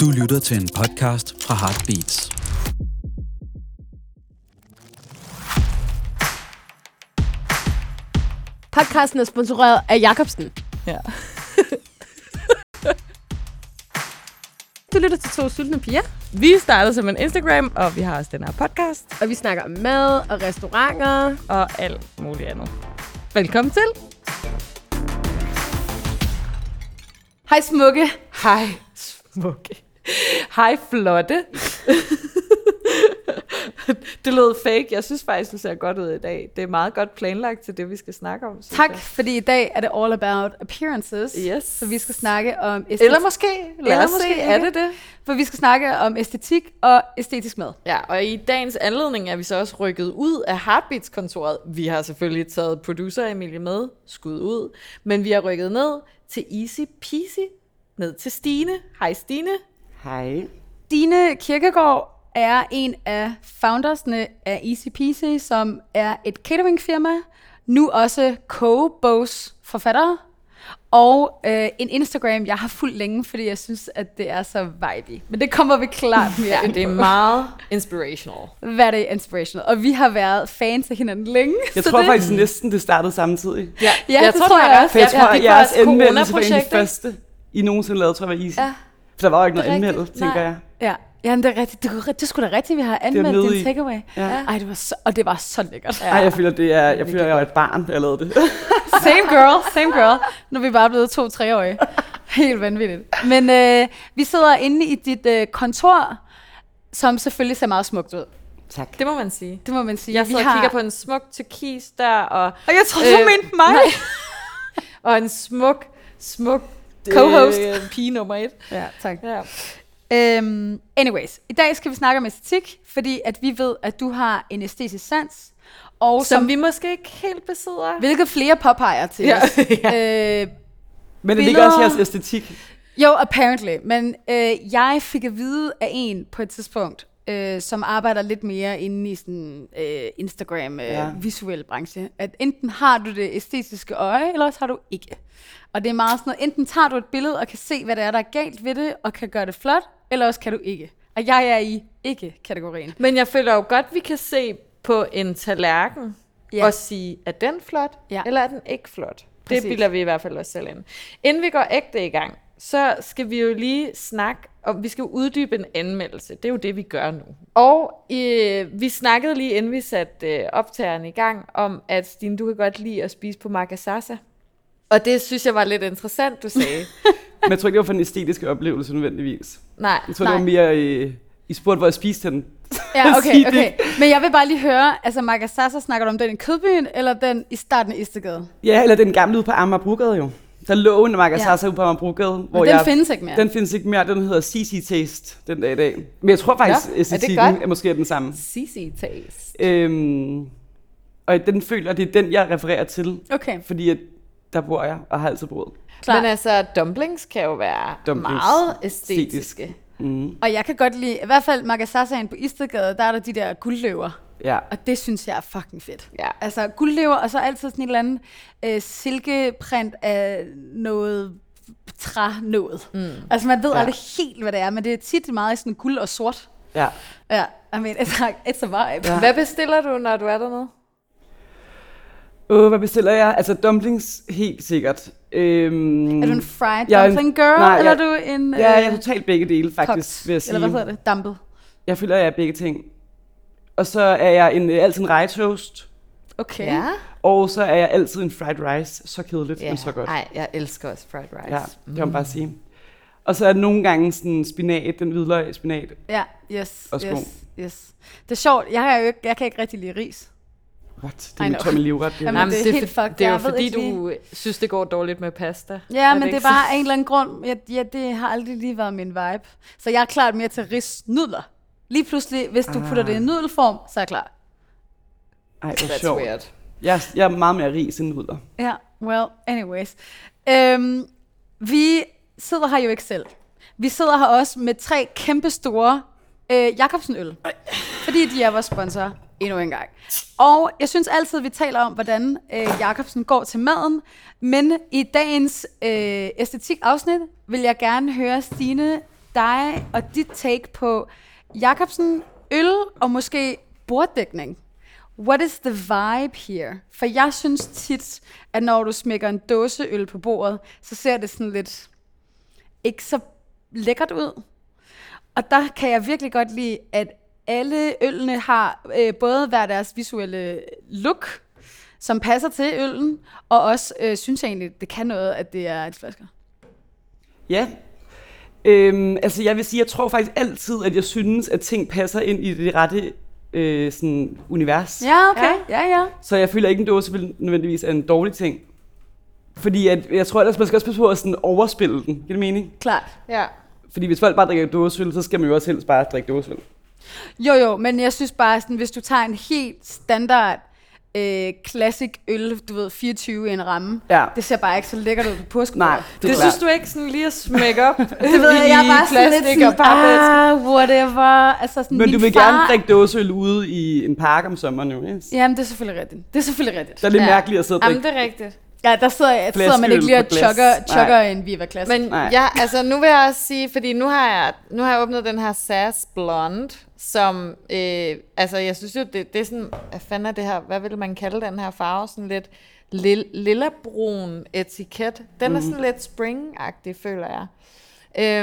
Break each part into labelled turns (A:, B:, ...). A: Du lytter til en podcast fra Heartbeats.
B: Podcasten er sponsoreret af Jacobsen.
C: Ja.
B: Du lytter til to sultne piger,
C: Vi startede som en Instagram, og vi har også den her podcast
B: og vi snakker om mad og restauranter.
C: og alt muligt andet. Velkommen til.
B: Hej smukke.
C: Hej, smukke. Hej, flotte. det lød fake. Jeg synes faktisk, du ser godt ud i dag. Det er meget godt planlagt til det, vi skal snakke om. synes
D: Tak,
C: jeg.
D: fordi i dag er det all about appearances.
C: Yes.
D: Så vi skal snakke om æstetik.
C: Eller måske. Lad
D: Eller
C: os se,
D: måske
C: er
D: ikke.
C: det det?
D: For vi skal snakke om æstetik og æstetisk mad.
C: Ja, og i dagens anledning er vi så også rykket ud af Heartbeats-kontoret. Vi har selvfølgelig taget producer Emilie med, skud ud, men vi har rykket ned til Easy Peasy, ned til Stine. Hej Stine.
E: Hej.
D: Dine Kirkegaard er en af foundersne af E Easy Peasy, som er et cateringfirma, nu også co-bogs forfatter, og øh, en Instagram, jeg har fulgt længe, fordi jeg synes, at det er så vibey. Men det kommer vi klart mere
C: Ja,
D: ind
C: det er meget inspirational.
D: Hvad det er inspirational. Og vi har været fans af hinanden længe.
E: Jeg
D: så
E: tror
D: det...
E: det... faktisk næsten, det startede samtidig.
C: Ja,
D: det tror jeg også.
E: For jeg
D: Ja,
E: tror, at
C: det
E: jeres
C: var et
E: anmeldelse var en af de
C: coronaprojekt, ikke?
E: første, I nogensinde lavede, tror jeg var Easy.
D: Ja.
E: Ja. For der var jo ikke noget
D: Det er
E: anmeldt,
D: rigtigt.
E: tænker
D: Nej.
E: jeg.
D: Ja, ja men det er rigtigt. Det, kunne- det er sgu da rigtigt, vi har anmeldt
E: med
D: din
E: i.
D: takeaway.
E: Ja.
D: Ja. Ej, det var så, og det var så lækkert.
E: Ej, jeg føler, det er, jeg føler, jeg var et barn, da jeg lavede det.
D: Same girl, same girl. Nu er vi bare blevet to-treårige. Helt vanvittigt. Men øh, vi sidder inde i dit øh, kontor, som selvfølgelig ser meget smukt ud.
E: tak.
C: Det må man sige.
D: Det må man sige.
C: Jeg sidder og kigger på en smuk turkis der, og,
D: Og jeg tror, du
C: Øh,
D: mente mig.
C: nej. og en smuk, smuk
D: Co-host.
C: Øh, pige nummer et.
D: Ja, tak.
C: Ja.
D: Øhm, anyways, i dag skal vi snakke om æstetik, fordi at vi ved, at du har en æstetisk sans. Og som,
C: Som
D: som vi,
C: vi måske ikke helt besidder.
D: hvilket flere påpeger til
C: Ja.
D: os. Øh,
E: Men det ligger også i
D: Billeder.
E: jeres æstetik.
D: Jo, apparently. Men øh, jeg fik at vide af en på et tidspunkt, øh, som arbejder lidt mere inde i sådan øh, Instagram øh,
E: Ja.
D: ja. visuel branche, at enten har du det æstetiske øje, eller også har du ikke. Og det er meget sådan noget, enten tager du et billede og kan se, hvad der er, der er galt ved det, og kan gøre det flot, eller også kan du ikke. Og jeg er i ikke-kategorien.
C: Men jeg føler jo godt, vi kan se på en tallerken
D: Ja.
C: ja. og sige, er den flot,
D: Ja.
C: ja. eller er den ikke flot?
D: Præcis.
C: Det bilder vi i hvert fald os selv ind. Inden vi går ægte i gang, så skal vi jo lige snakke om, vi skal jo uddybe en anmeldelse. Det er jo det, vi gør nu. Og øh, vi snakkede lige inden vi satte øh, optageren i gang, om at Stine, du kan godt lide at spise på Magazasa. Og det synes jeg var lidt interessant, du sagde.
E: Men jeg tror ikke, det var for den æstetiske oplevelse nødvendigvis.
C: Nej,
E: Jeg tror, Nej. det
D: Nej.
E: var mere, øh, I spurgte, hvor jeg spiste den.
D: Ja,
E: Sig
D: okay,
E: det.
D: okay. Men jeg vil bare lige høre, altså Magasasa, snakker du om den i Kødbyen, eller den i starten af Istegade?
E: Ja, eller den gamle ude på Amagerbrogade jo. Der lå en Magasasa ude på Amagerbrogade.
D: Men den findes ikke mere.
E: Den findes ikke mere. Den hedder CC Taste den dag i dag. Men jeg tror faktisk,
C: Nå, er
E: ja,
C: det
E: æstetikken
C: godt?
E: er måske den samme.
C: Sisi taste.
E: Øhm, og den føler, det er den, jeg refererer til.
D: Okay,
E: Fordi at der bor jeg, og har altid boet.
D: klar.
C: Men altså, dumplings kan jo være
E: Dumplings.
C: dumplings. meget
E: Æstetisk.
C: æstetiske.
E: Mm.
D: Og jeg kan godt lide, i hvert fald Magasasaen på Istedgade, der er der de der guldløver.
E: Ja.
D: Og det synes jeg er fucking fedt.
C: Ja.
D: Altså guldløver, og så altid sådan en eller anden øh, silkeprint af noget trænået. Mm. Altså man ved
E: Ja.
D: ja. aldrig helt, hvad det er, men det er tit meget i sådan guld og sort.
E: ja.
D: Ja, I mean, it's, like, it's a vibe.
E: Ja.
D: Ja.
C: Hvad bestiller du, når du er dernede?
E: Åh, hvad bestiller jeg? Altså dumplings, helt sikkert. Øhm,
D: Er du en fried
E: Jeg er en-
D: dumpling girl,
E: nej,
D: eller
E: jeg-
D: er du en
E: Ja, jeg er totalt begge dele, faktisk,
D: kogt?
E: vil jeg sige.
D: Eller hvad hedder det? Dumpet.
E: Jeg føler, jeg er begge ting. Og så er jeg en, øh, altid en rejetoast,
D: Okay.
E: og så er jeg altid en fried rice. Så kedeligt, men så godt.
C: Nej, jeg elsker også fried rice.
E: Ja, det kan man
D: Mm.
E: bare sige. Og så er der nogle gange sådan spinat, den hvidløg spinat.
D: Ja, yes,
E: Og sko.
D: yes, yes. Det er sjovt, jeg, har jo ikke, jeg kan ikke rigtig lide ris.
E: What? Det
D: I
E: er min
D: know.
E: tomme livret. det her.
D: Jamen,
C: Jamen, det, er helt
D: fucked.
C: det er jo
D: Jeg ved
C: fordi,
D: ikke
C: du synes, det går dårligt med pasta.
D: Ja, men det
C: ikke
D: er
C: så?
D: bare af en eller anden grund. Ja, ja, det har aldrig lige været min vibe. Så jeg er klart mere til risnudler. Lige pludselig, hvis du putter det i nudelform, så er jeg klar.
E: Ej, hvor
C: That's
E: sjovt.
C: weird.
E: Jeg, er- jeg er meget mere ris end nudler.
D: Ja, well, anyways. Øhm, vi sidder her jo ikke selv. Vi sidder her også med tre kæmpe store øh, Jacobsen-øl. Fordi de er vores sponsor endnu en gang. Og jeg synes altid, at vi taler om, hvordan øh, Jacobsen går til maden. Men i dagens øh, æstetik-afsnit vil jeg gerne høre Stine dig og dit take på Jacobsen, øl og måske borddækning. What is the vibe here? For jeg synes tit, at når du smækker en dåse øl på bordet, så ser det sådan lidt ikke så lækkert ud. Og der kan jeg virkelig godt lide, at alle ølene har øh, både hver deres visuelle look, som passer til øllen, og også øh, synes jeg egentlig, det kan noget, at det er et flasker.
E: Ja. Øhm, altså jeg vil sige, jeg tror faktisk altid, at jeg synes, at ting passer ind i det rette øh, sådan, univers.
D: Ja, okay. Ja, ja.
E: Så jeg føler ikke, en dåse vil nødvendigvis er en dårlig ting. Fordi at, jeg tror ellers, man skal også passe på at sådan overspille den. Giver det mening?
D: Klart.
C: Ja.
E: Fordi hvis folk bare drikker dåseøl, så skal man jo også helst bare drikke dåseøl.
D: Jo, jo, men jeg synes bare, sådan, hvis du tager en helt standard øh, classic øl, du ved, 24 i en ramme,
E: Ja.
D: det ser bare ikke så lækkert ud på påsken.
E: Nej,
C: Det, det synes du ikke sådan lige at smække op
D: Det ved jeg, jeg er bare sådan
C: plastik
D: lidt sådan,
C: og papæske?
D: ah, whatever. Altså, sådan,
E: Men
D: min
E: du vil
D: far...
E: gerne drikke dåseøl ude i en park om sommeren, jo. Yes.
D: Jamen, det er selvfølgelig rigtigt. Det er selvfølgelig rigtigt.
E: Der er lidt
D: ja.
E: mærkeligt at sidde og
C: Jamen,
E: drikke.
C: det er rigtigt.
D: Ja, der sidder, jeg, sidder man
E: Flaskeøl
D: ikke lige og
E: på glas.
D: chokker, chokker
E: Nej.
D: en Viva Classic.
C: Men
D: Men,
E: Nej.
C: ja, altså nu vil jeg også sige, fordi nu har jeg, nu har jeg åbnet den her SAS Blonde, som, øh, altså jeg synes jo, det, det er sådan, hvad fanden er det her, hvad vil man kalde den her farve, sådan lidt lille, lilla-brun etiket. Den mm.
E: Mhm.
C: er sådan lidt spring-agtig, føler jeg.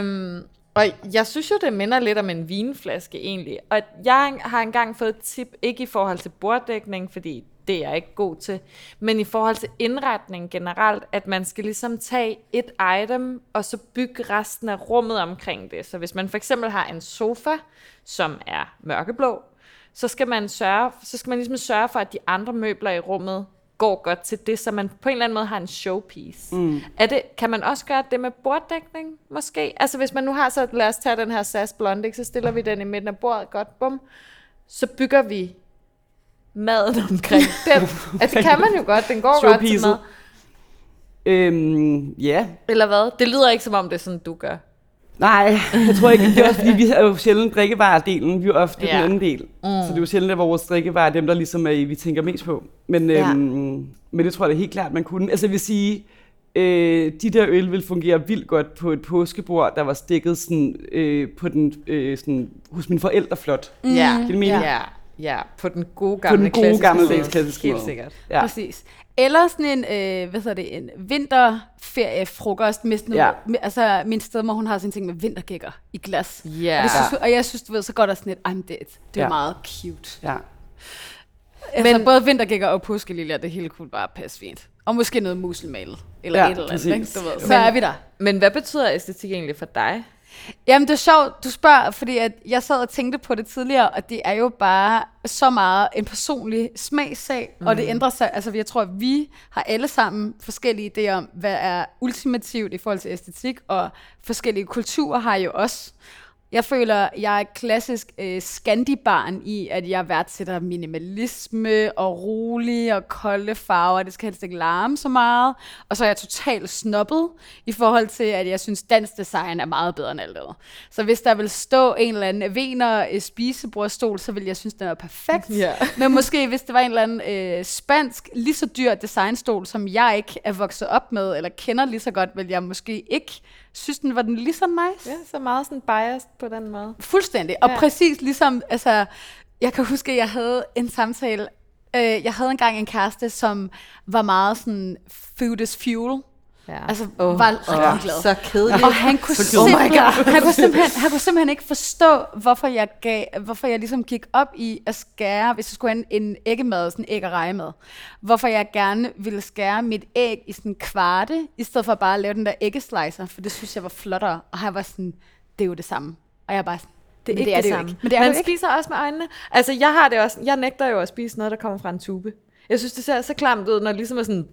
C: Øhm, og jeg synes jo, det minder lidt om en vinflaske egentlig. Og jeg har engang fået et tip, ikke i forhold til borddækning, fordi det er jeg ikke god til, men i forhold til indretning generelt, at man skal ligesom tage et item, og så bygge resten af rummet omkring det. Så hvis man for eksempel har en sofa, som er mørkeblå, så skal man, sørge, så skal man ligesom sørge for, at de andre møbler i rummet går godt til det, så man på en eller anden måde har en showpiece. Mm. Er det, kan man også gøre det med borddækning, måske? Altså hvis man nu har så, lad os tage den her SAS Blonde, ikke? så stiller vi den i midten af bordet, godt, bum. Så bygger vi maden omkring den. Altså det kan man jo godt, den går godt til
E: Showpiecet.
C: mad.
E: Øhm, ja.
C: Eller hvad? Det lyder ikke som om det er sådan, du gør.
E: Nej, jeg tror ikke. Det er også fordi, vi er jo sjældent drikkevaredelen. Vi er jo ofte
C: Ja.
E: den anden del. Mm. Så det er jo sjældent, at vores drikkevarer er dem, der ligesom er, vi tænker mest på. Men,
C: Ja.
E: øhm, men det tror jeg da helt klart, man kunne. Altså jeg vil sige, øh, de der øl vil fungere vildt godt på et påskebord, der var stikket sådan, øh, på den, øh, sådan, hos mine forældre flot.
C: Mm. Ja.
E: Giver det mening?
C: ja. Ja, på den gode
E: På
C: gamle
E: den gode
C: klassiske
E: gamle
C: måde.
E: dags klassiske
C: Helt
E: måde.
C: sikkert.
E: Ja.
D: Præcis. Eller sådan en, øh, hvad hedder det, en vinterferiefrokost med sådan
E: Ja.
D: ja. med, altså min stedmor, hun har sådan en ting med vintergækker i glas.
C: Ja.
D: Og, det synes, og jeg synes, du ved, så går der sådan et, ej, men det, det er
E: Ja.
D: ja. meget cute.
E: Ja.
D: Altså, men både vintergækker og påskeliljer, det hele kunne bare passe fint. Og måske noget muselmalet, eller
E: Ja,
D: ja, et eller andet,
E: præcis.
D: ikke? Du ved, så
C: Men-
D: er vi der.
C: Men hvad betyder æstetik egentlig for dig?
D: Jamen, det er sjovt, du spørger, fordi at jeg sad og tænkte på det tidligere, og det er jo bare så meget en personlig smagssag, mm. og det ændrer sig. Altså, jeg tror, at vi har alle sammen forskellige idéer om, hvad er ultimativt i forhold til æstetik, og forskellige kulturer har jo også. Jeg føler, jeg er et klassisk øh, skandibarn i, at jeg værdsætter minimalisme og rolig og kolde farver. Det skal helst ikke larme så meget. Og så er jeg totalt snobbet i forhold til, at jeg synes, dansk design er meget bedre end alt andet. Så hvis der vil stå en eller anden vener øh, spisebordstol, så vil jeg synes, den er perfekt.
C: Ja.
D: Men måske hvis det var en eller anden øh, spansk, lige så dyr designstol, som jeg ikke er vokset op med, eller kender lige så godt, vil jeg måske ikke synes, den var den lige så nice.
C: Ja, så meget sådan biased på den måde.
D: Fuldstændig. Og
C: Ja.
D: ja. præcis ligesom, altså, jeg kan huske, at jeg havde en samtale. Øh, jeg havde engang en kæreste, som var meget sådan, food is fuel.
C: Ja.
D: Altså, oh, var ret oh, glad.
C: så kedeligt.
D: Og han kunne, simpelthen, oh han, kunne simpelthen, han kunne simpelthen ikke forstå, hvorfor jeg, gav, hvorfor jeg ligesom gik op i at skære, hvis jeg skulle have en, en æggemad, sådan en æg og rejemad, hvorfor jeg gerne ville skære mit æg i sådan en kvarte, i stedet for bare at lave den der æggeslicer, for det synes jeg var flottere. Og han var sådan, det er jo det samme. Og jeg er bare sådan,
C: Det er
D: "Men
C: ikke det,
D: er
C: det,
D: jo
C: samme.
D: Ikke. Men det er
C: Man
D: jo ikke.
C: spiser også med øjnene. Altså, jeg har det også. Jeg nægter jo at spise noget, der kommer fra en tube. Jeg synes, det ser så klamt ud, når det ligesom er sådan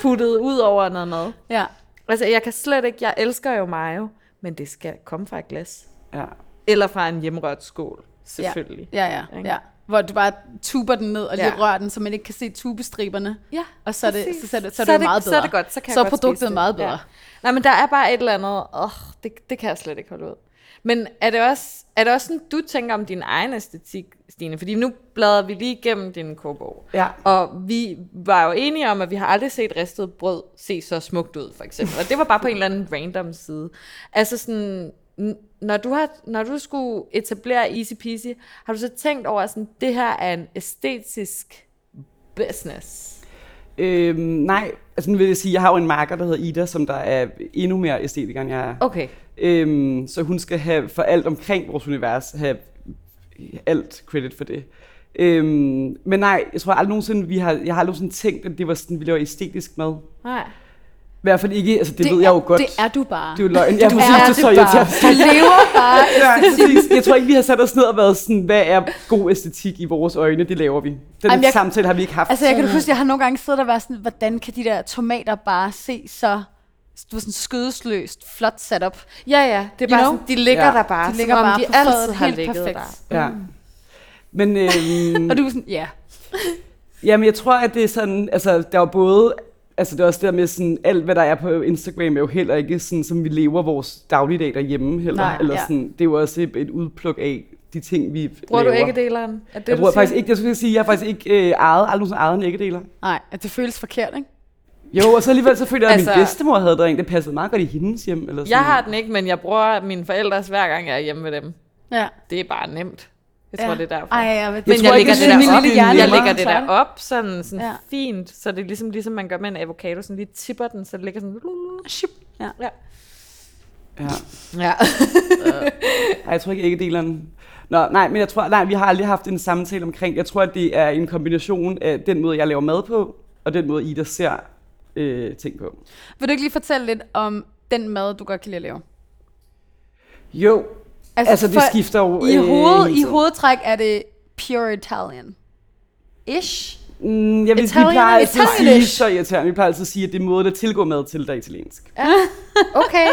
C: puttet ud over noget mad.
D: Ja.
C: Altså, jeg kan slet ikke. Jeg elsker jo mayo, men det skal komme fra et glas.
E: ja.
C: Eller fra en hjemrørt skål, selvfølgelig.
D: Ja, ja,
C: Ikke?
D: ja. Hvor du bare tuber den ned og lige
C: Ja.
D: ja. rører den, så man ikke kan se tubestriberne.
C: Ja,
D: Og så er det,
C: præcis.
D: så, så, er det, så, er det, jo meget bedre.
C: Så er det godt, så kan
D: så
C: jeg
D: er
C: godt spise
D: produktet
C: det.
D: meget bedre.
C: Ja. Nej, men der er bare et eller andet, åh, det, det kan jeg slet ikke holde ud. Men er det også, er det også sådan, du tænker om din egen æstetik, Stine? Fordi nu bladrer vi lige igennem din kogbog.
E: Ja.
C: Og vi var jo enige om, at vi har aldrig set ristet brød se så smukt ud, for eksempel. Og det var bare på en eller anden random side. Altså sådan, n- når du, har, når du skulle etablere Easy Peasy, har du så tænkt over, at sådan, det her er en æstetisk business?
E: Øhm, nej, altså nu vil jeg sige, jeg har jo en marker, der hedder Ida, som der er endnu mere æstetiker, end jeg er.
C: Okay.
E: Øhm, så hun skal have for alt omkring vores univers have alt credit for det. Øhm, men nej, jeg tror aldrig nogensinde, vi har, jeg har aldrig nogensinde tænkt, at det var sådan, vi laver æstetisk mad.
C: Nej.
E: I hvert fald ikke, altså det, det
D: Det
E: ved jeg
D: er-
E: jo godt.
D: det er du bare.
E: Det er jo løgn. Ja,
D: Du
E: præcis,
D: er
E: det,
D: det
E: så
D: bare.
E: irriterende.
D: Du lever bare.
E: Ja, præcis. Jeg tror ikke, vi har sat os ned og været sådan, hvad er god æstetik i vores øjne? Det laver vi. Den
D: Jamen, jeg-
E: samtale har vi ikke haft. Mm.
D: Altså, jeg kan huske, jeg har nogle gange siddet og været sådan, hvordan kan de der tomater bare se så du ved, sådan skødesløst, flot sat op.
C: Ja, ja. Det er
D: You
C: bare
D: know?
C: sådan, de ligger
E: Ja.
C: der bare,
D: De ligger
C: som om
D: bare
C: de
D: på fadet
C: altid har
D: helt
C: ligget
D: perfekt.
C: der.
E: Ja. Men, øhm,
D: Og du er sådan, ja.
E: Jamen, jeg tror, at det er sådan, altså, der er jo både, altså, det er også det der med sådan, alt, hvad der er på Instagram, er jo heller ikke sådan, som vi lever vores dagligdag derhjemme heller.
D: Nej,
E: Eller
D: ja.
E: sådan, det er jo også et, et udpluk af de ting, vi
C: Bruger du
E: laver.
C: æggedeleren? Er det,
E: Jeg
C: du
E: bruger
C: siger?
E: faktisk ikke, jeg skulle sige, jeg har faktisk ikke øh, ejet, aldrig nogensinde ejet en æggedeler.
D: Nej, at det føles forkert, ikke?
E: Jo, og så alligevel så følte jeg, at altså,
C: Altså-
E: min bedstemor havde der en, det passede meget godt i hendes hjem. Eller sådan.
C: Jeg har den ikke, men jeg bruger mine forældres hver gang, jeg er hjemme ved dem.
D: Ja.
C: Det er bare nemt. Jeg tror,
D: ja.
C: det er derfor.
D: Ej, ja, men,
C: men
E: tror
C: jeg, lægger
E: ikke, det
C: det
E: er
C: der
E: min
C: op,
E: lille hjerne,
C: jeg
E: der
C: lægger det der
D: op.
C: op sådan, sådan
D: Ja.
C: ja. fint, så det er ligesom, ligesom man gør med en avocado, sådan lige tipper den, så det ligger sådan...
D: Ja.
C: Ja.
E: Ja.
C: ja.
E: Nej, jeg tror ikke æggedeleren. Nå, nej, men jeg tror, nej, vi har aldrig haft en samtale omkring. Jeg tror, at det er en kombination af den måde, jeg laver mad på, og den måde, Ida ser øh, ting på.
D: Vil du ikke lige fortælle lidt om den mad, du godt kan lide at lave?
E: Jo, altså, altså det
D: for-
E: skifter jo.
D: I,
E: øh,
D: hoved,
E: hele
D: I
E: tiden.
D: hovedtræk er det pure Italian. Ish.
E: Mm, jeg vil, vi
D: Italian-
E: plejer altid at sige,
D: Italianish.
E: så irriterende, vi plejer altid at sige, at det er måden at tilgå mad til, der er italiensk.
D: Okay.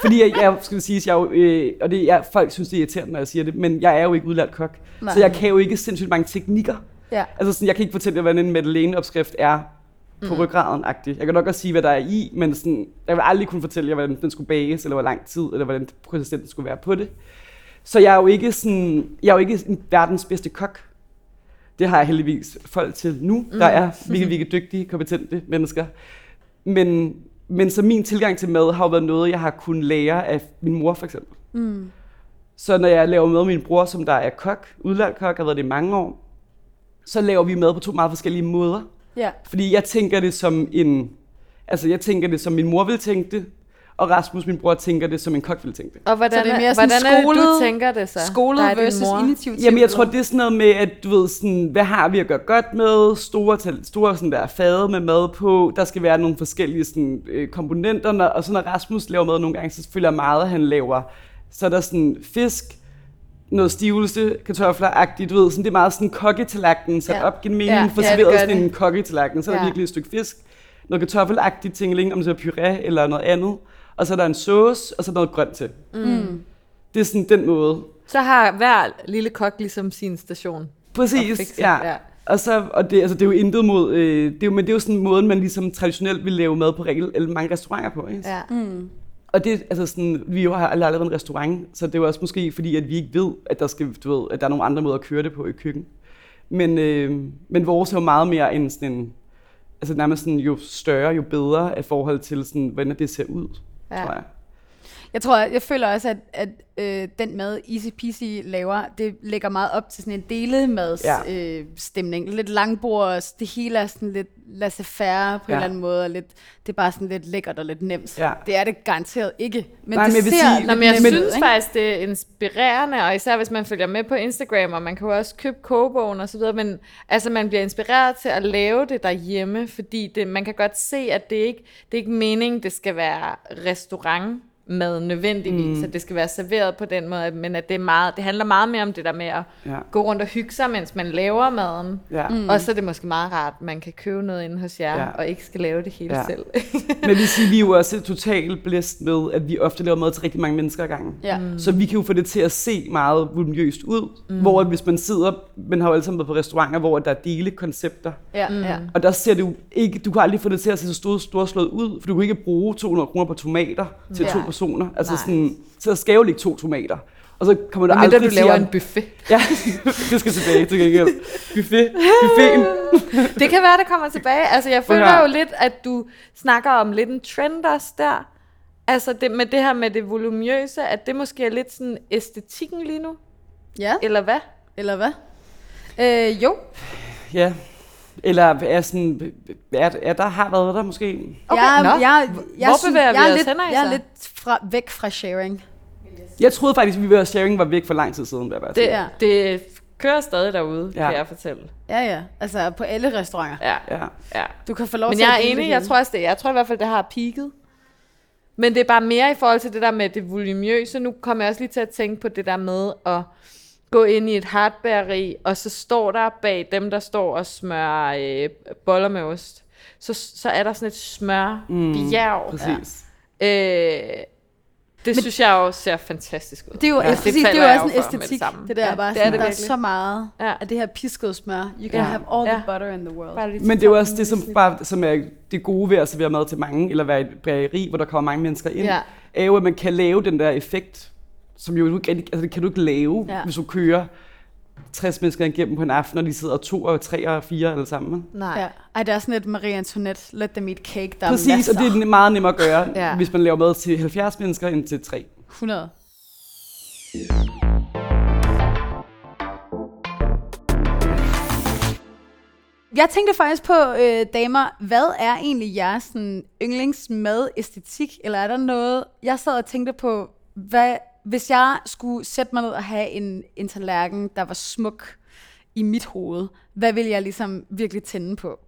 E: Fordi jeg, jeg skal sige, jeg er jo, øh, og det, jeg, folk synes, det er irriterende, når jeg siger det, men jeg er jo ikke udlært kok.
D: Nej.
E: Så jeg kan jo ikke sindssygt mange teknikker.
D: ja.
E: Altså sådan, jeg kan ikke fortælle jer, hvordan en Madeleine-opskrift er på mm. ryggraden-agtig. Jeg kan nok også sige, hvad der er i, men sådan, jeg vil aldrig kunne fortælle jer, hvordan den skulle bages, eller hvor lang tid, eller hvordan processen skulle være på det. Så jeg er jo ikke, sådan, jeg er jo ikke en verdens bedste kok. Det har jeg heldigvis folk til nu. Mm. Der er virkelig, virkelig dygtige, kompetente mennesker. Men, men så min tilgang til mad har jo været noget, jeg har kunnet lære af min mor for eksempel. Mm. Så når jeg laver mad med min bror, som der er kok, udlært kok, har været det i mange år, så laver vi mad på to meget forskellige måder.
D: Ja.
E: Fordi jeg tænker det som en... Altså, jeg tænker det som min mor ville tænke det, og Rasmus, min bror, tænker det som en kok ville tænke det.
C: Og
D: Så
C: hvordan,
D: det er mere sådan
C: hvordan er det,
D: skolet-
C: du tænker det så? Der er
D: Skolet
C: din
D: versus
C: mor.
D: initiativ.
E: Jamen, jeg tror, det er sådan noget med, at du ved, sådan, hvad har vi at gøre godt med? Store, tal- store sådan der, fade med mad på. Der skal være nogle forskellige sådan, øh, komponenter. Når, og så når Rasmus laver mad nogle gange, så føler jeg meget, at han laver. Så er der sådan fisk, noget stivelse, kartofler-agtigt, du ved, sådan, det er meget sådan kokketallerkenen sat
D: Ja.
E: ja. op gennem meningen,
D: Ja,
E: ja,
D: ja,
E: for
D: det
E: serveret
D: gør
E: sådan
D: det.
E: en kokketallerken, så er der
D: Ja.
E: virkelig et stykke fisk, noget kartoffelagtigt tingling, om det er puré eller noget andet, og så er der en sauce, og så er der noget grønt til. Mm. Det er sådan den måde.
C: Så har hver lille kok ligesom sin station. Og
E: Præcis,
C: fikse,
E: ja.
C: ja.
E: ja. Og, så, og det, altså, det er jo intet mod, øh, det er jo, men det er jo sådan en måde, man ligesom traditionelt vil lave mad på regel, eller mange restauranter på, ikke?
C: Ja.
D: Mm.
E: Og det, altså sådan, vi jo har aldrig aldrig været en restaurant, så det er jo også måske fordi, at vi ikke ved, at der, skal, du ved, at der er nogle andre måder at køre det på i køkken. Men, øh, men vores er jo meget mere en sådan en, altså nærmest sådan, jo større, jo bedre i forhold til, sådan, hvordan det ser ud,
C: Ja.
E: ja. tror jeg.
D: Jeg tror, jeg føler også, at, at øh, den mad Easy Peasy laver, det lægger meget op til sådan en delemads ja.
E: Ja.
D: øh, stemning. Lidt langbord, og det hele er sådan lidt laissez-faire på ja. en
E: Ja.
D: eller anden måde, og lidt, det er bare sådan lidt lækkert og lidt nemt.
E: Ja.
D: Det er det garanteret ikke, men
E: Nej,
D: det
E: men jeg vil
D: ser
E: sige-
D: lidt
C: Nå, men jeg
D: nemt ud,
C: synes
D: ikke?
C: faktisk, det er inspirerende, og især hvis man følger med på Instagram, og man kan jo også købe kogebogen og så videre, men altså, man bliver inspireret til at lave det derhjemme, fordi det, man kan godt se, at det ikke det er ikke meningen, det skal være restaurant mad nødvendigvis, mm. at det skal være serveret på den måde, men at det, er meget, det handler meget mere om det der med at
E: Ja.
C: gå rundt og hygge sig, mens man laver maden.
E: Ja.
C: Mm. Og så er det måske meget rart, at man kan købe noget inde hos jer,
E: Ja.
C: ja. og ikke skal lave det hele ja.
E: Ja.
C: selv.
E: Men vi siger, vi er jo også totalt blæst med, at vi ofte laver mad til rigtig mange mennesker ad gangen.
D: Ja. Mm.
E: Så vi kan jo få det til at se meget voluminøst ud, mm. hvor at hvis man sidder, man har jo alle sammen været på restauranter, hvor der er delekoncepter,
D: Ja, ja.
E: Og der ser du ikke, du kan aldrig få det til at se så stor, storslået ud, for du kan ikke bruge 200 kroner på tomater til
D: Ja,
E: ja, to personer. Altså
C: Nej.
E: sådan, så skal jeg jo lægge to tomater. Og så kommer der
C: Men
E: aldrig
C: du
E: til
C: laver
E: at-
C: en buffet.
E: Ja, det skal tilbage til gengæld. Buffet, buffeten.
C: Det kan være, det kommer tilbage. Altså, jeg
E: Prøv at
C: føler
E: høre.
C: jo lidt, at du snakker om lidt en trend også der. Altså, det, med det her med det volumøse, at det måske er lidt sådan æstetikken lige nu,
D: Ja,
C: eller hvad?
D: eller hvad? Øh, jo,
E: Ja. Eller er sådan, er, er der har været der måske?
C: Okay,
D: jeg,
C: nå.
D: jeg, jeg,
C: Hvor
D: synes-
C: bevæger vi
D: jeg er
C: os
D: lidt,
C: henad,
D: Jeg er
C: så?
D: lidt fra, væk fra sharing.
E: Jeg troede faktisk, at vi var sharing var væk for lang tid siden. vil jeg bare
C: Det,
E: sige.
D: Ja.
C: ja. det kører stadig derude, ja.
E: Ja.
C: kan jeg fortælle.
D: Ja, ja. Altså på alle restauranter.
C: Ja,
E: Ja.
C: ja.
D: Du kan få lov
C: Men
D: til
C: jeg
D: at
C: er
D: dele
C: enig,
D: det
C: jeg
D: hele.
C: tror også det. Jeg tror i hvert fald, det har peaked. Men det er bare mere i forhold til det der med det volumøse. Nu kommer jeg også lige til at tænke på det der med at gå ind i et hardbæreri, og så står der bag dem, der står og smører øh, boller med ost, så, så er der sådan et smørbjerg. Mm,
E: Præcis.
C: Øh, det Men, synes jeg jo ser fantastisk ud.
D: Det er jo, ja,
C: det
D: præcis, det,
C: falder
D: er jo
C: jeg
D: også en
C: jo for med det
D: æstetik,
C: samme.
D: det, der
C: Ja,
D: ja, bare
C: det
D: det
C: er
D: sådan,
C: det
D: der er
C: virkelig.
D: så meget
C: Ja.
D: af det her piskede smør. You can
E: Ja.
D: have all the
C: Ja.
D: butter in the world.
C: Bare lige
E: Men det er jo også det, som, bare, som er det gode ved at servere mad til mange, eller være et bageri, hvor der kommer mange mennesker ind,
C: Ja.
E: er jo, at man kan lave den der effekt, som jo du ikke, rigtig- altså, det kan du ikke lave,
D: Ja.
E: ja. hvis du kører 60 mennesker igennem på en aften, og de sidder to og tre og fire alle sammen.
C: Nej.
D: Ja. Ej, det er sådan lidt Marie Antoinette, let them eat cake, der er
E: Præcis,
D: masser.
E: og det er meget nemmere at gøre,
C: Ja.
E: ja. hvis man laver mad til 70 mennesker end til 3.
D: 100. Jeg tænkte faktisk på, øh, damer, hvad er egentlig jeres sådan, yndlingsmad-æstetik? Eller er der noget... Jeg sad og tænkte på, hvad, hvis jeg skulle sætte mig ned og have en, en tallerken, der var smuk i mit hoved, hvad ville jeg ligesom virkelig tænde på?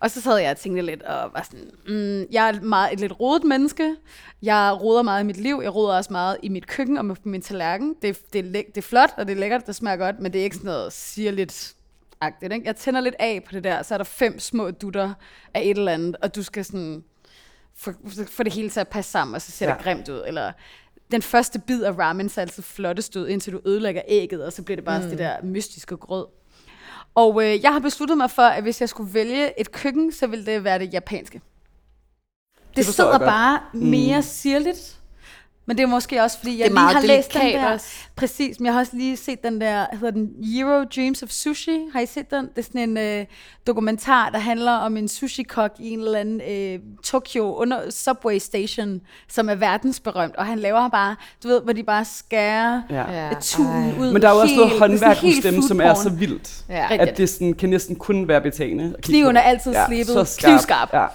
D: Og så sad jeg og tænkte lidt og var sådan, mm, jeg er et meget, et lidt rodet menneske. Jeg roder meget i mit liv. Jeg roder også meget i mit køkken og med min tallerken. Det, det, er, læk- det er flot, og det er lækkert, det smager godt, men det er ikke sådan noget sirligt agtigt, ikke? Jeg tænder lidt af på det der, så er der fem små dutter af et eller andet, og du skal sådan få, få det hele til at passe sammen, og så ser ja.
E: Ja.
D: det grimt ud, eller den første bid af ramen ser altid flottest ud, indtil du ødelægger ægget, og så bliver det bare mm. det der mystiske grød. Og øh, jeg har besluttet mig for, at hvis jeg skulle vælge et køkken, så ville det være det japanske. Det, det
E: forstår jeg
D: sidder
E: godt.
D: bare mere sirligt, men det er måske også, fordi jeg
C: er
D: lige
C: meget
D: har læst den
C: delikat
D: der.
C: også.
D: Præcis, men jeg har også lige set den der, hedder den Euro Dreams of Sushi. Har I set den? Det er sådan en øh, dokumentar, der handler om en sushi-kok i en eller anden øh, Tokyo under Subway Station, som er verdensberømt, og han laver bare, du ved, hvor de bare skærer ja.
C: Ja.
D: tunen ud.
E: Men der er jo også
D: helt- det er
E: noget
D: sådan
E: håndværk hos
D: helt
E: dem, som er
D: foodporn.
E: så vildt,
C: Ja.
E: at det sådan, kan næsten kun være betagende. at kigge
D: Kniven
E: på.
D: er altid ja, slebet,
E: så
D: skarp. knivskarp.
E: Ja,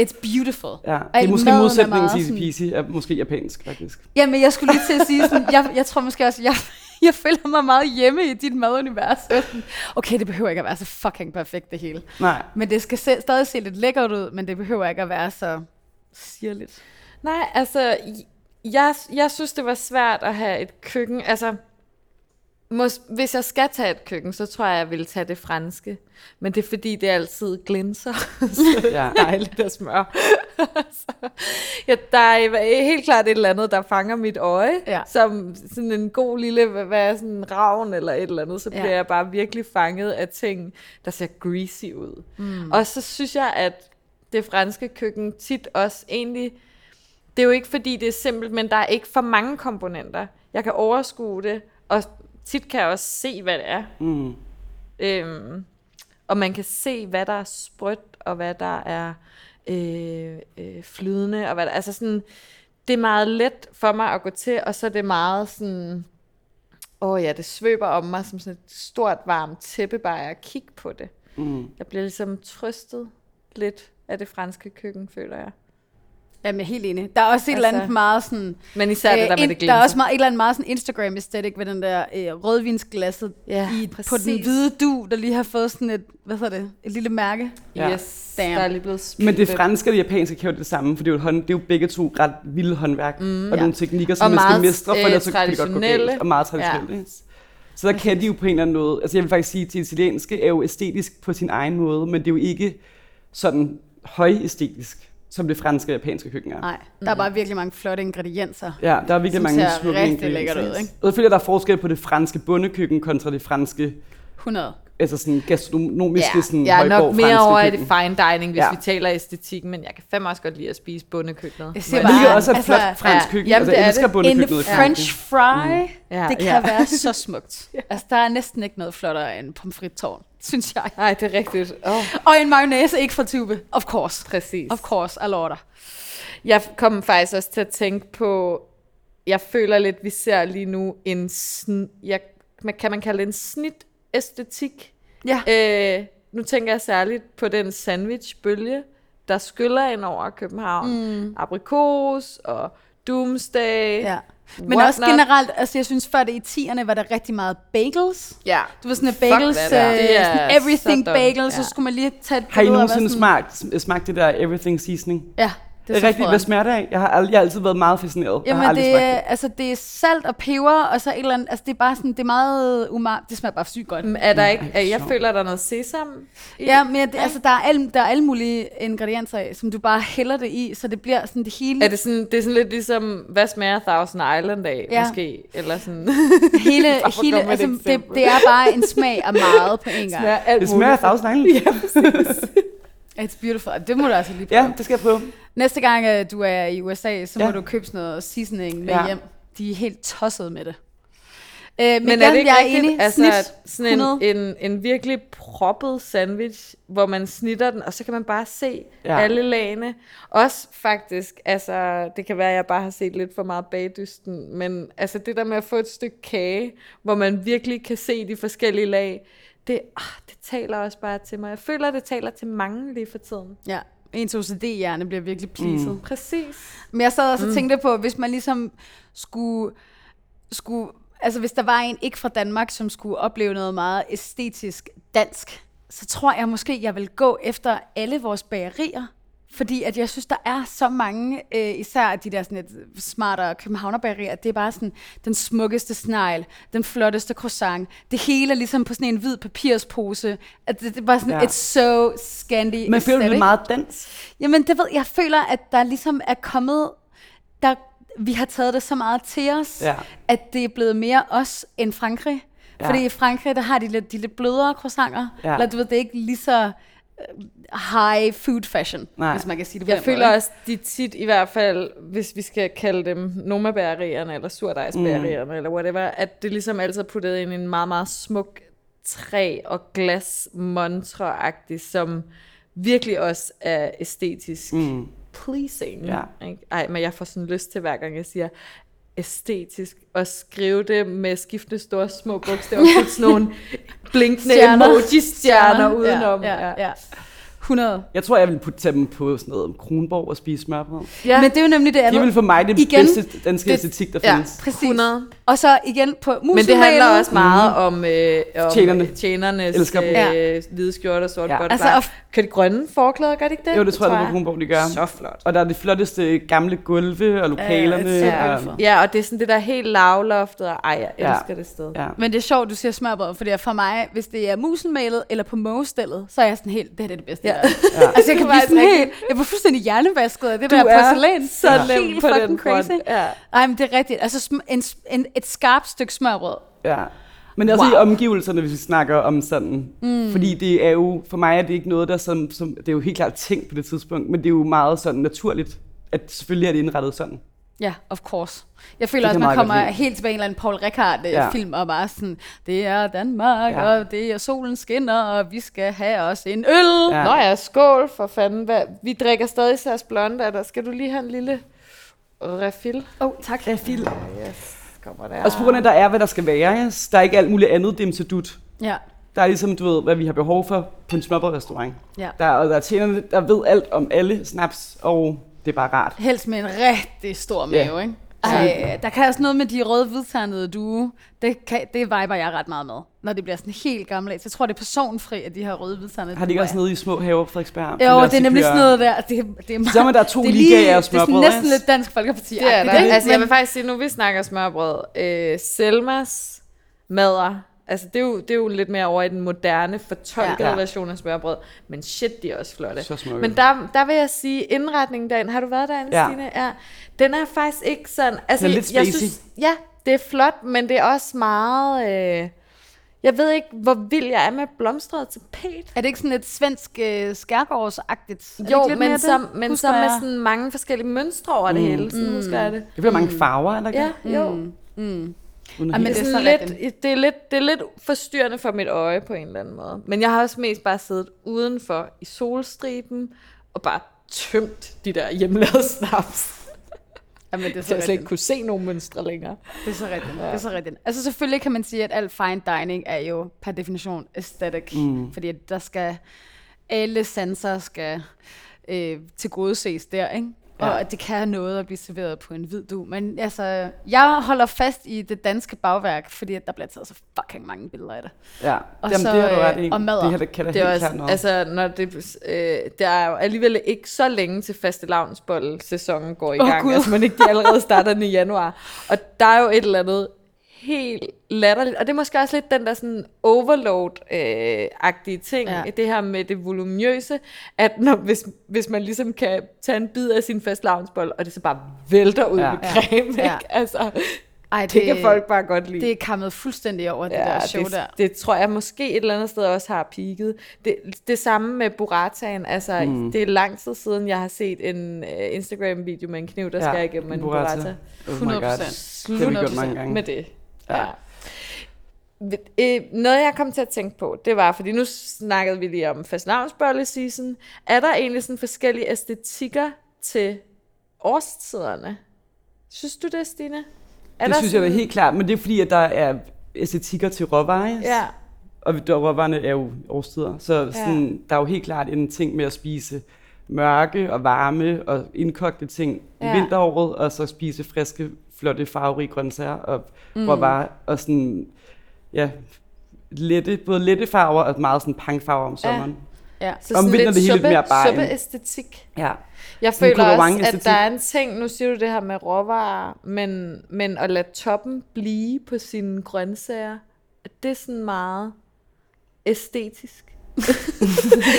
D: It's beautiful.
E: ja.
D: Og
E: Det er
D: alt
E: måske
D: maden er
E: modsætningen
D: meget
E: til
D: sådan-
E: Easy Peasy, er måske japansk faktisk.
D: Jamen, jeg skulle lige til at sige sådan, jeg, jeg tror måske også, jeg, jeg føler mig meget hjemme i dit madunivers. Okay, det behøver ikke at være så fucking perfekt det hele.
E: Nej.
D: Men det skal se, stadig se lidt lækkert ud, men det behøver ikke at være så sirligt.
C: Nej, altså, j- jeg, jeg synes, det var svært at have et køkken. Altså, mås, hvis jeg skal tage et køkken, så tror jeg, jeg ville tage det franske. Men det er fordi, det altid glinser. så
E: Ja.
C: dejligt at smøre. så, ja, der er helt klart et eller andet, der fanger mit øje.
D: Ja.
C: Som sådan en god lille, hvad- hvad er sådan en ravn eller et eller andet, så
D: Ja.
C: bliver jeg bare virkelig fanget af ting, der ser greasy ud. Mm. Og så synes jeg, at det franske køkken tit også egentlig, det er jo ikke fordi det er simpelt, men der er ikke for mange komponenter. Jeg kan overskue det, og tit kan jeg også se, hvad det er.
E: Mm.
C: Øhm, og man kan se, hvad der er sprødt, og hvad der er øh, øh, flydende. Og hvad der, altså sådan, det er meget let for mig at gå til, og så er det meget sådan... Åh ja, det svøber om mig som sådan et stort, varmt tæppe, bare at kigge på det.
E: Mm.
C: Jeg bliver ligesom trøstet lidt af det franske køkken, føler jeg.
D: Jamen, jeg er helt enig. Der er også et
C: Altså,
D: altså, eller andet meget sådan... øh,
C: Men især det Øh, der med
D: ind-
C: det
D: der
C: glinser.
D: er også meget, et eller andet meget sådan instagram æstetik ved den der øh, rødvinsglasset
C: Ja,
D: i, på
C: præcis.
D: den hvide du, der lige har fået sådan et, hvad hedder det, et lille mærke.
E: Ja.
C: Yes,
D: Damn.
C: der er lige blevet spildt
E: Men det
C: lidt.
E: franske og det japanske kan jo det samme, for det er jo, et hånd, det er jo begge to ret vilde håndværk, mm, og
D: ja.
E: nogle teknikker, som
C: Og
E: man skal
C: meget,
E: mestre, for
C: øh,
E: ellers så kan det godt gå
C: traditionelle.
E: galt, og meget traditionelle. Ja. Så der kan de jo på en eller anden måde, altså jeg vil faktisk sige, at det italienske er jo æstetisk på sin egen måde, men det er jo ikke sådan højæstetisk, som det franske og japanske køkken er.
D: Nej, der er bare virkelig mange flotte ingredienser.
E: Ja, der er virkelig
D: Som
E: mange
D: ser
E: smukke
D: rigtig
E: ingredienser.
D: lækkert ud, ikke?
E: Og selvfølgelig er der forskel på det franske bondekøkken kontra det franske
D: 100.
E: altså sådan gastronomiske ja, sådan
C: jeg er
E: Højborg
C: nok mere
E: franske
C: over i det
E: køkken.
C: fine dining, hvis
E: Ja.
C: ja. vi taler æstetik, men jeg kan fandme også godt lide at spise bondekøkkenet.
D: Jeg siger
C: Men-
D: bare-
E: Hvilket også er et
D: Altså,
E: flot fransk
C: ja,
E: køkken.
C: jamen,
E: altså,
C: det
E: jeg
C: er det.
E: elsker
D: En
E: bondekøkkenet i Frankrig.
D: french fry, mm.
C: Ja,
D: det kan
C: ja.
D: være så smukt. Altså, der er næsten ikke noget flottere end pomfrittårn, synes jeg.
C: Nej, det er rigtigt. Oh.
D: Og en mayonnaise ikke fra tube. Of course.
C: Præcis.
D: Of course, I lover dig.
C: Jeg kom faktisk også til at tænke på, jeg føler lidt, vi ser lige nu en, sn- jeg, man- kan man kalde det en snit æstetik?
D: Ja.
C: Øh, nu tænker jeg særligt på den sandwichbølge, der skyller ind over København. Mm. Aprikos og Doomsday.
D: Ja. Men
C: Whatnot.
D: også generelt, altså jeg synes før det i 10'erne var der rigtig meget bagels.
C: Ja.
D: Du var sådan et
C: Fuck,
D: bagels,
C: hvad
D: Fuck,
C: det er. Det er
D: sådan everything
C: så dumt,
D: bagel,
C: ja.
D: så skulle man lige tage et
E: Har I
D: billede og være
E: nogensinde
D: sådan-
E: smagt, sm- smagt det der everything seasoning?
D: Ja,
E: Det er,
D: så
E: rigtigt,
D: frøderen.
E: hvad smager det af? Jeg har, ald- jeg har altid været meget fascineret. jeg har
D: Jamen
E: aldrig
D: det,
E: smagt det.
D: er- altså, det er salt og peber, og så et eller andet, altså det er bare sådan, det er meget umami, det smager bare sygt godt.
C: Men Mm, Er der ikke,
E: Ej,
C: er, jeg
E: Mm, sjovt.
C: føler, der er noget sesam. i-
D: Ja, men det, altså, der, er al, der er alle mulige ingredienser af, som du bare hælder det i, så det bliver sådan det hele,
C: Er det, sådan, det er sådan lidt ligesom, hvad smager Thousand Island af,
D: Ja.
C: ja. måske? Eller sådan,
D: hele,
C: Bare for at
D: hele
C: komme med et
D: altså, det,
C: eksempel.
D: det, er bare en smag af meget på en gang.
C: smager alt
E: Det smager af
C: muligt.
E: Thousand Island.
D: It's beautiful, det må du altså lige prøve.
E: Ja, det skal jeg prøve.
D: Næste gang øh, du er i USA, så ja.
E: Ja.
D: må du købe sådan noget seasoning med
E: Ja.
D: ja. hjem. De er helt tossede med det. Øh, men,
C: Men
D: igen,
C: er det ikke
D: jeg
C: rigtigt,
D: er enig.
C: altså,
D: Snit
C: at sådan
D: 100.
C: en, en, en virkelig proppet sandwich, hvor man snitter den, og så kan man bare se
E: Ja.
C: ja. alle lagene. Også faktisk, altså, det kan være, at jeg bare har set lidt for meget bagdysten, men altså det der med at få et stykke kage, hvor man virkelig kan se de forskellige lag, det, ah, det taler også bare til mig. Jeg føler, det taler til mange lige for tiden.
D: Ja, ens OCD-hjerne bliver virkelig pleaset. Mm.
C: Præcis.
D: Men jeg sad også
E: Mm.
D: og tænkte på, hvis man ligesom skulle, skulle... Altså, hvis der var en ikke fra Danmark, som skulle opleve noget meget æstetisk dansk, så tror jeg måske, jeg vil gå efter alle vores bagerier. Fordi at jeg synes, der er så mange, øh, især de der sådan lidt smartere københavnerbagerier, det er bare sådan den smukkeste snegl, den flotteste croissant. Det hele er ligesom på sådan en hvid papirspose. At det, det er bare sådan,
E: Ja.
D: ja. it's so scandy
E: Men føler du det
D: aesthetic.
E: er meget dansk?
D: Jamen, det ved jeg. føler, at der ligesom er kommet... Der, vi har taget det så meget til os,
E: Ja.
D: at det er blevet mere os end Frankrig.
E: Ja.
D: Ja. Fordi i Frankrig, der har de lidt, de lidt blødere croissanter.
E: Ja.
D: Ja. Eller du ved, det er ikke lige så øh, high food fashion,
E: Nej.
D: Nej. hvis man kan sige det på
C: Jeg
D: den måde,
C: føler
D: ikke?
C: også, de tit i hvert fald, hvis vi skal kalde dem nomabærerierne, eller surdejsbærerierne, mm. eller whatever, at det ligesom altid er puttet ind i en meget, meget smuk træ- og glasmontre som virkelig også er æstetisk mm. pleasing.
E: Ja.
C: Ikke? Ej, men jeg får sådan lyst til, hver gang jeg siger æstetisk, og skrive det med skiftende store små bogstaver, og putte sådan nogle blinkende
D: Stjerner.
C: emoji-stjerner udenom.
D: Ja, ja, ja. 100.
E: Jeg tror, jeg ville putte tage dem på sådan noget Kronborg og spise smørbrød.
D: Ja. Men det er jo nemlig det
E: Det er
D: andet.
E: vel for mig det
D: Igen,
E: bedste danske
D: det-
E: æstetik, der
C: ja.
E: findes.
D: Præcis.
C: 100.
D: Og så igen på musen
C: Men det handler også meget om, øh, om
E: Mhm. Tjenerne.
C: tjenernes
E: Elsker dem.
C: øh, hvide skjorte og sort
E: Ja.
C: ja. godt
D: Altså,
C: altså,
D: og f-
C: Kan de grønne forklæder, gør de ikke det?
E: Jo, det tror jeg, der på Kronborg, de gør.
C: Så flot.
E: Og der er de flotteste gamle gulve og
D: Øh,
E: lokalerne.
D: Ja,
E: Ja,
D: ja.
E: og,
C: Ja, og det er sådan det der helt lavloftet, og ej, jeg
E: Ja.
C: elsker det sted.
E: ja.
D: Men det er sjovt, du siger smørbrød, for det er for mig, hvis det er musenmalet eller på mågestillet, så er jeg sådan helt, det her det er det bedste. Ja.
C: Ja.
D: Ja. altså, jeg kan
C: Det var
D: blive sådan
C: altså
D: helt, jeg var fuldstændig hjernevasket af det
C: Du
D: der
C: er
D: porcelæn.
C: så
D: Det er
C: nem
D: helt
C: på den
D: fucking
C: front,
D: crazy.
C: ja.
D: Ej, men det er rigtigt. Altså, sm- en, en, et skarpt stykke smørbrød.
E: Ja. Men også wow. i
D: Wow.
E: omgivelserne, hvis vi snakker om sådan. Mm. Fordi det er jo, for mig er det ikke noget, der som, som, det er jo helt klart tænkt på det tidspunkt, men det er jo meget sådan naturligt, at selvfølgelig er det indrettet sådan.
D: Ja, of course. Jeg
E: Det
D: føler også,
E: kan
D: man
E: jeg meget
D: kommer
E: godt lide.
D: helt tilbage i en eller anden Paul
E: Ja.
D: Rickard-film, og bare sådan, det er Danmark,
E: Ja.
D: ja. og det er solen skinner, og vi skal have os en øl.
E: Ja.
C: Nå ja, skål for fanden. Hvad? Vi drikker stadig Sars Blonde, er der. Skal du lige have en lille refill?
D: Åh, oh, tak.
E: Refil.
C: Yes, kommer der.
E: Også på grund af, at der er, hvad der skal være. yes. Der er ikke alt muligt andet dimsedut.
D: Ja,
E: Der er ligesom, du ved, hvad vi har behov for på en smørbrødrestaurant.
D: ja.
E: Der, er- og der er tjenerne, der ved alt om alle snaps, og det er bare rart.
D: Helst med en rigtig stor
E: Ja.
D: mave, ikke? Ej, der kan også noget med de røde hvidternede due. Det, kan, det viber jeg ret meget med, når det bliver sådan helt gammeldags. Jeg tror, det er personfri, at de her røde hvidternede
E: Har de ikke også nede i små haver på Frederiksberg? Fordi
D: Jo,
E: der
D: det er nemlig
E: kører-
D: sådan noget der. Det, det er meget,
E: Så må der to
D: det er
E: ligaer af
D: det er sådan
E: smørbrød,
D: næsten
E: ikke?
D: lidt Dansk Folkeparti.
C: Det er der.
D: ikke?
C: Altså, jeg vil
D: Men-
C: faktisk sige, nu vi snakker smørbrød, øh, Selmas mader, altså det er, jo, det er jo lidt mere over i den moderne, fortolkede
E: Ja.
C: ja. version af smørbrød, men shit, de er også flotte.
E: Så smukke.
C: Men der, der vil jeg sige, indretningen derinde, har du været derinde,
E: Ja.
C: ja. Stine? Ja. Den er faktisk ikke sådan, altså
E: Den er lidt
C: jeg
E: spacey.
C: synes, ja, det er flot, men det er også meget, øh, Jeg ved ikke, hvor vild jeg er med blomstret tapet.
D: Er det ikke sådan lidt svensk øh, skærgårdsagtigt? Er det
C: Jo,
D: ikke lidt mere
C: men
D: det?
C: så, men
D: Husker
C: så med
D: jeg.
C: sådan mange forskellige mønstre over det hele. Sådan husker jeg det.
E: Det bliver mange farver, eller
C: Mm. Ja, jo.
E: Uden at
D: Ej, men
C: Det
E: helt-
C: er,
D: Det er
C: sådan
D: så
C: lidt, det, er lidt, det er lidt forstyrrende for mit øje på en eller anden måde. Men jeg har også mest bare siddet udenfor i solstriben og bare tømt de der hjemmelavede snaps.
D: Jamen, det er
C: Så
D: så
C: jeg slet ikke
D: rigtigt.
C: kunne se nogen mønstre længere.
D: Det er så rigtigt. Det er så rigtigt. Altså selvfølgelig kan man sige, at alt fine dining er jo per definition aesthetic. Mm. Fordi at der skal, alle sanser skal øh, tilgodeses der, ikke? Ja. Og at det kan noget at blive serveret på en hvid du. Men altså, jeg holder fast i det danske bagværk, fordi at der bliver taget så fucking mange billeder af det.
E: Ja,
D: Og
E: Jamen,
D: så,
E: det har du
D: øh,
E: ret i.
D: og madder.
E: Det her, det kan da
C: Det er
E: helt
C: også,
E: klart noget.
C: altså, når det, øh, der er jo alligevel ikke så længe til faste sæsonen går i
D: Åh,
C: gang,
D: Gud.
C: oh, altså man ikke de allerede starter den i januar. Og der er jo et eller andet helt latterligt, og det er måske også lidt den der sådan overload-agtige ting,
D: Ja.
C: ja. det her med det volumøse, at når, hvis, hvis man ligesom kan tage en bid af sin faste og det så bare vælter ud
E: Ja.
C: ja. med creme, ja.
D: Ja.
C: ikke? Altså,
D: Ej,
C: det, det kan folk bare godt lide.
D: Det er kammet fuldstændig over, det
C: Ja,
D: der show
C: det,
D: der.
C: det tror jeg måske et eller andet sted også har peaked. Det, det samme med burrataen. Altså, mm. det er lang tid siden, jeg har set en uh, Instagram-video med en kniv, der ja, skærer igennem en burrata. burrata.
E: Oh my god.
D: 100%.
E: Det har vi gjort mange gange.
C: Med det.
E: Ja.
C: Ja. ja. Øh, noget jeg kom til at tænke på, det var, fordi nu snakkede vi lige om fastnavnsbørle season. Er der egentlig sådan forskellige æstetikker til årstiderne? Synes du det, Stine? Er
E: Det
C: der
E: synes jeg da
C: sådan-
E: helt klart, men det er fordi, at der er æstetikker til råveje.
C: Ja,
E: Og der- råvarerne er jo årstider, så sådan, ja. der er jo helt klart en ting med at spise mørke og varme og indkogte ting ja.
C: Ja.
E: i vinteråret, og så spise friske, flotte, farverige grøntsager og mm. råvarer, og sådan, ja, lette, både lette farver og meget sådan pangfarver om sommeren.
D: Ja.
C: så
E: Om
C: sådan
E: vinteren er
C: lidt
E: det hele lidt
C: suppe,
E: mere bare en-
C: suppeæstetik.
E: Ja. ja.
C: Jeg
E: Sådan en
C: føler også,
E: colorant æstetik.
C: at der er en ting, nu siger du det her med råvarer, men, men at lade toppen blive på sine grøntsager, at det er sådan meget æstetisk.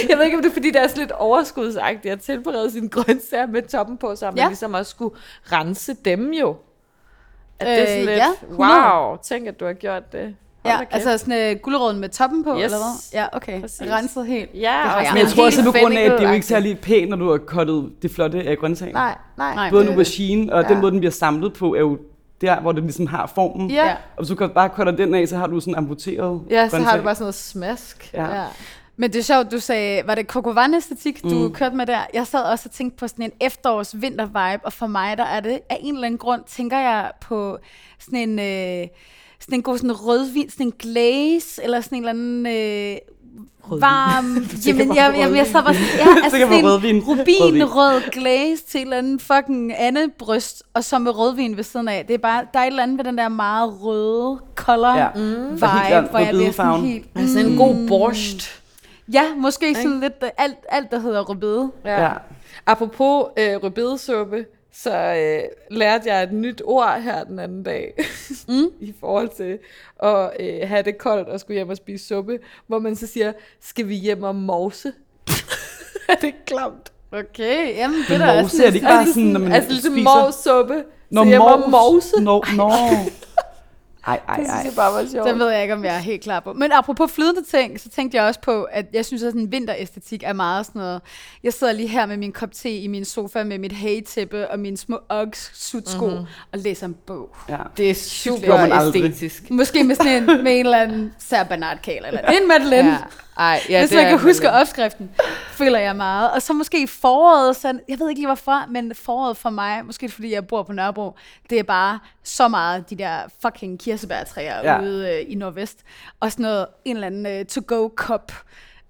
C: jeg ved ikke, om det er, fordi det er sådan lidt overskudsagtigt at tilberede sine grøntsager med toppen på, så man
D: Ja.
C: ja. ligesom også skulle rense dem jo. At det
D: Øh,
C: er sådan lidt,
D: ja,
C: ja,
D: 100.
C: wow, tænk, at du har gjort det. Hold
D: Ja,
C: da kæft.
D: altså sådan uh, guleroden med toppen på, yes.
C: Yes.
D: eller hvad? Ja, okay. Præcis.
C: Præcis.
D: Renset helt.
C: ja,
D: har
C: og
D: jeg
C: sådan
E: Men jeg
D: Ja.
E: tror også,
C: helt
E: det er på grund af, at det er jo ikke
C: fennikelagtigt.
E: særlig pænt, når du har kottet det flotte af grøntsagen.
C: Nej, nej.
D: Nej,
E: Både en
D: det-
E: aubergine og ja.
C: Ja.
E: den måde, den bliver samlet på, er jo der, hvor den ligesom har formen.
D: Ja. ja.
C: Ja.
E: Og hvis du kan bare cutter den af, så har du sådan amputeret
C: Ja, så har
E: grøntsag.
C: du bare sådan noget smask.
E: Ja.
D: Men det er sjovt, du sagde, var det kokovan-æstetik, du mm. kørte med der? Jeg sad også og tænkte på sådan en efterårs-vinter-vibe, og for mig, der er det af en eller anden grund, tænker jeg på sådan en, øh, sådan en god sådan rødvin, sådan en glaze, eller sådan en eller anden... Øh, varm, jamen, jeg, jamen, jeg sad bare sådan, ja, altså
E: Tænker på
D: sådan
E: rødvin.
D: en
E: Rødvin.
D: rubinrød glaze til en eller anden fucking andet bryst, og så med rødvin ved siden af. Det er bare, der er et eller andet ved den der meget røde color
E: Ja.
D: ja.
E: Mm. Og
D: vibe,
E: helt klart
D: hvor jeg bliver sådan
E: rødbedefarven.
D: helt,
C: Mm. Sådan en god borscht.
D: Ja, måske sådan lidt øh, alt, alt der hedder rødbede.
C: Ja.
E: Ja.
C: ja. Apropos øh, rødbedesuppe, så øh, lærte jeg et nyt ord her den anden dag, mm. i forhold til at øh, have det koldt og skulle hjem og spise suppe, hvor man så siger, skal vi hjem og morse? er det klamt?
D: Okay, jamen det er
E: Men
D: da også
E: mose er det ikke bare sådan, når man
C: altså ligesom
E: spiser?
C: morsuppe,
E: Nå,
C: så hjem og
E: mors.
C: morse.
E: Nå, nå. Ej, ej,
C: Det
E: ej.
C: synes jeg bare var sjovt.
D: Den ved jeg ikke, om jeg er helt klar på. Men apropos flydende ting, så tænkte jeg også på, at jeg synes, at sådan en vinteræstetik er meget sådan noget. Jeg sidder lige her med min kop te i min sofa med mit hagetæppe og mine små Uggs sutsko mm-hmm. og læser en bog.
E: Ja.
C: det er
E: gjorde man
C: super
E: aldrig.
C: æstetisk.
D: Måske med sådan en, med en eller anden sær Bernard-kale eller en Madeleine. Ja.
C: Ej,
D: Ja, Hvis
C: det
D: man
C: er
D: kan
C: en
D: huske
C: Madeleine.
D: opskriften, føler jeg meget. Og så måske i foråret, så, jeg ved ikke lige hvorfor, men foråret for mig, måske fordi jeg bor på Nørrebro, det er bare så meget de der fucking kirsebærtræer
E: Ja.
D: ja. ude øh, i Nordvest. Og sådan noget, en eller anden øh, to-go-cup.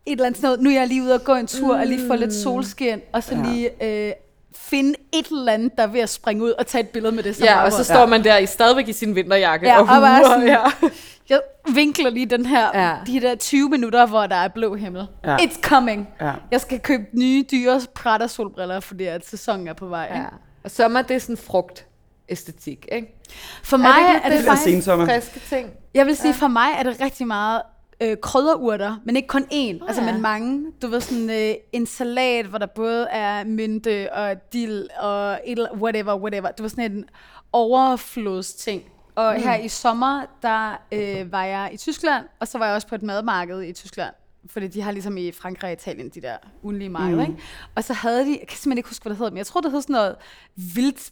D: Et eller andet sådan noget, nu er jeg lige ude og gå en tur mm. og lige få lidt solskin, og så
E: Ja.
D: ja. lige øh, finde et eller andet, der er ved at springe ud og tage et billede med det. som
C: Ja, og
D: baggrund.
C: så står man der i, stadigvæk i sin vinterjakke
D: Ja,
C: og,
D: og bare
C: huer,
D: sådan-
C: ja.
D: Jeg vinkler lige den her, ja.
C: Ja.
D: de der 20 minutter, hvor der er blå himmel.
E: Ja.
D: Ja. It's coming.
E: Ja.
D: Jeg skal købe nye, dyre Prada solbriller, fordi at sæsonen er på vej. Ja.
C: Ja. Og sommer, det er sådan frugt æstetik, ikke?
D: For mig er det, er det
E: lidt
D: faktisk,
E: sensommer.
C: friske ting.
D: jeg vil sige, for mig er det rigtig meget øh, krydderurter, men ikke kun én, oh, altså
C: ja.
D: men mange. Du ved sådan øh, en salat, hvor der både er mynte og dild og et, eller- whatever, whatever. Det var sådan en overflodsting. Og mm. her i sommer, der øh, var jeg i Tyskland, og så var jeg også på et madmarked i Tyskland. Fordi de har ligesom i Frankrig og Italien de der ugenlige markeder, mm. ikke? Og så havde de, jeg kan simpelthen ikke huske, hvad det hed, men jeg tror, det hed sådan noget vildt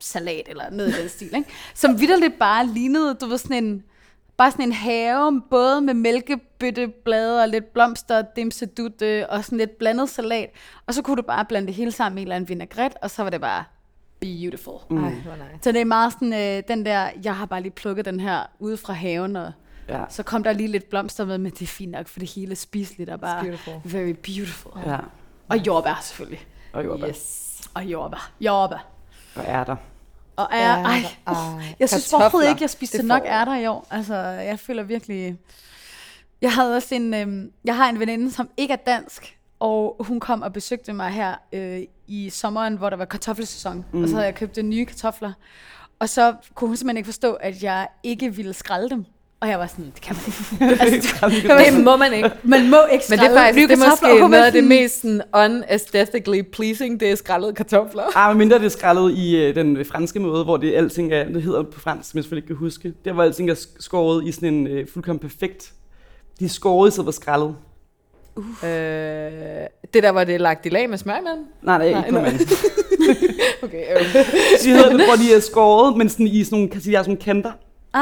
D: salat eller noget i den stil, ikke? Som vidderligt bare lignede, du ved, sådan en, bare sådan en have, både med mælkebøtteblade og lidt blomster, dimsedutte og sådan lidt blandet salat. Og så kunne du bare blande det hele sammen i en eller anden vinaigrette, og så var det bare beautiful. Mm.
C: Ej, hvor nej.
D: Så det er meget sådan øh, den der, jeg har bare lige plukket den her ude fra haven, og
E: Ja.
D: så kom der lige lidt blomster med, men det er fint nok, for det hele er spiseligt og bare
C: beautiful.
D: very beautiful.
E: Ja.
D: Og jordbær selvfølgelig.
E: Og jordbær. Yes.
C: Yes.
D: Og jordbær. Jordbær.
E: Og er der.
D: Og er,
C: Ærter,
D: ej,
C: ej.
D: uh, jeg synes
C: altså, ah, Kartofler,
D: overhovedet ikke, jeg spiste
C: det
D: nok
C: får jeg.
D: ærter i år. Altså, jeg føler virkelig... Jeg havde også en... Øh, jeg har en veninde, som ikke er dansk, og hun kom og besøgte mig her øh, i sommeren, hvor der var kartoffelsæson. Mm. Og så havde jeg købt nye kartofler. Og så kunne hun simpelthen ikke forstå, at jeg ikke ville skrælle dem. Og jeg var sådan, det kan man ikke. altså, det, kan man
C: Det
D: ikke.
C: må man ikke.
D: man må ikke
C: Men
D: skrælle
C: det er faktisk
D: nye
C: det er
D: kartofler. Og
C: måske
D: hun var
C: noget af det
D: sådan,
C: mest sådan, unaesthetically pleasing, det er skrællede kartofler.
E: Ah, men mindre det er skrællet i øh, den franske måde, hvor det alting er, det hedder på fransk, som jeg selvfølgelig ikke kan huske. Der hvor alting er sk- skåret i sådan en øh, fuldkommen perfekt. De er skåret, så var skrællet.
C: Øh, det der, hvor det er lagt i lag med smør imellem.
E: Nej, nej,
C: Nej,
E: ikke på
C: nej.
E: mand.
C: Okay, øh.
E: De hedder det, hvor de er skåret, men sådan i sådan nogle, kan sige, de har sådan nogle kanter.
D: Ah,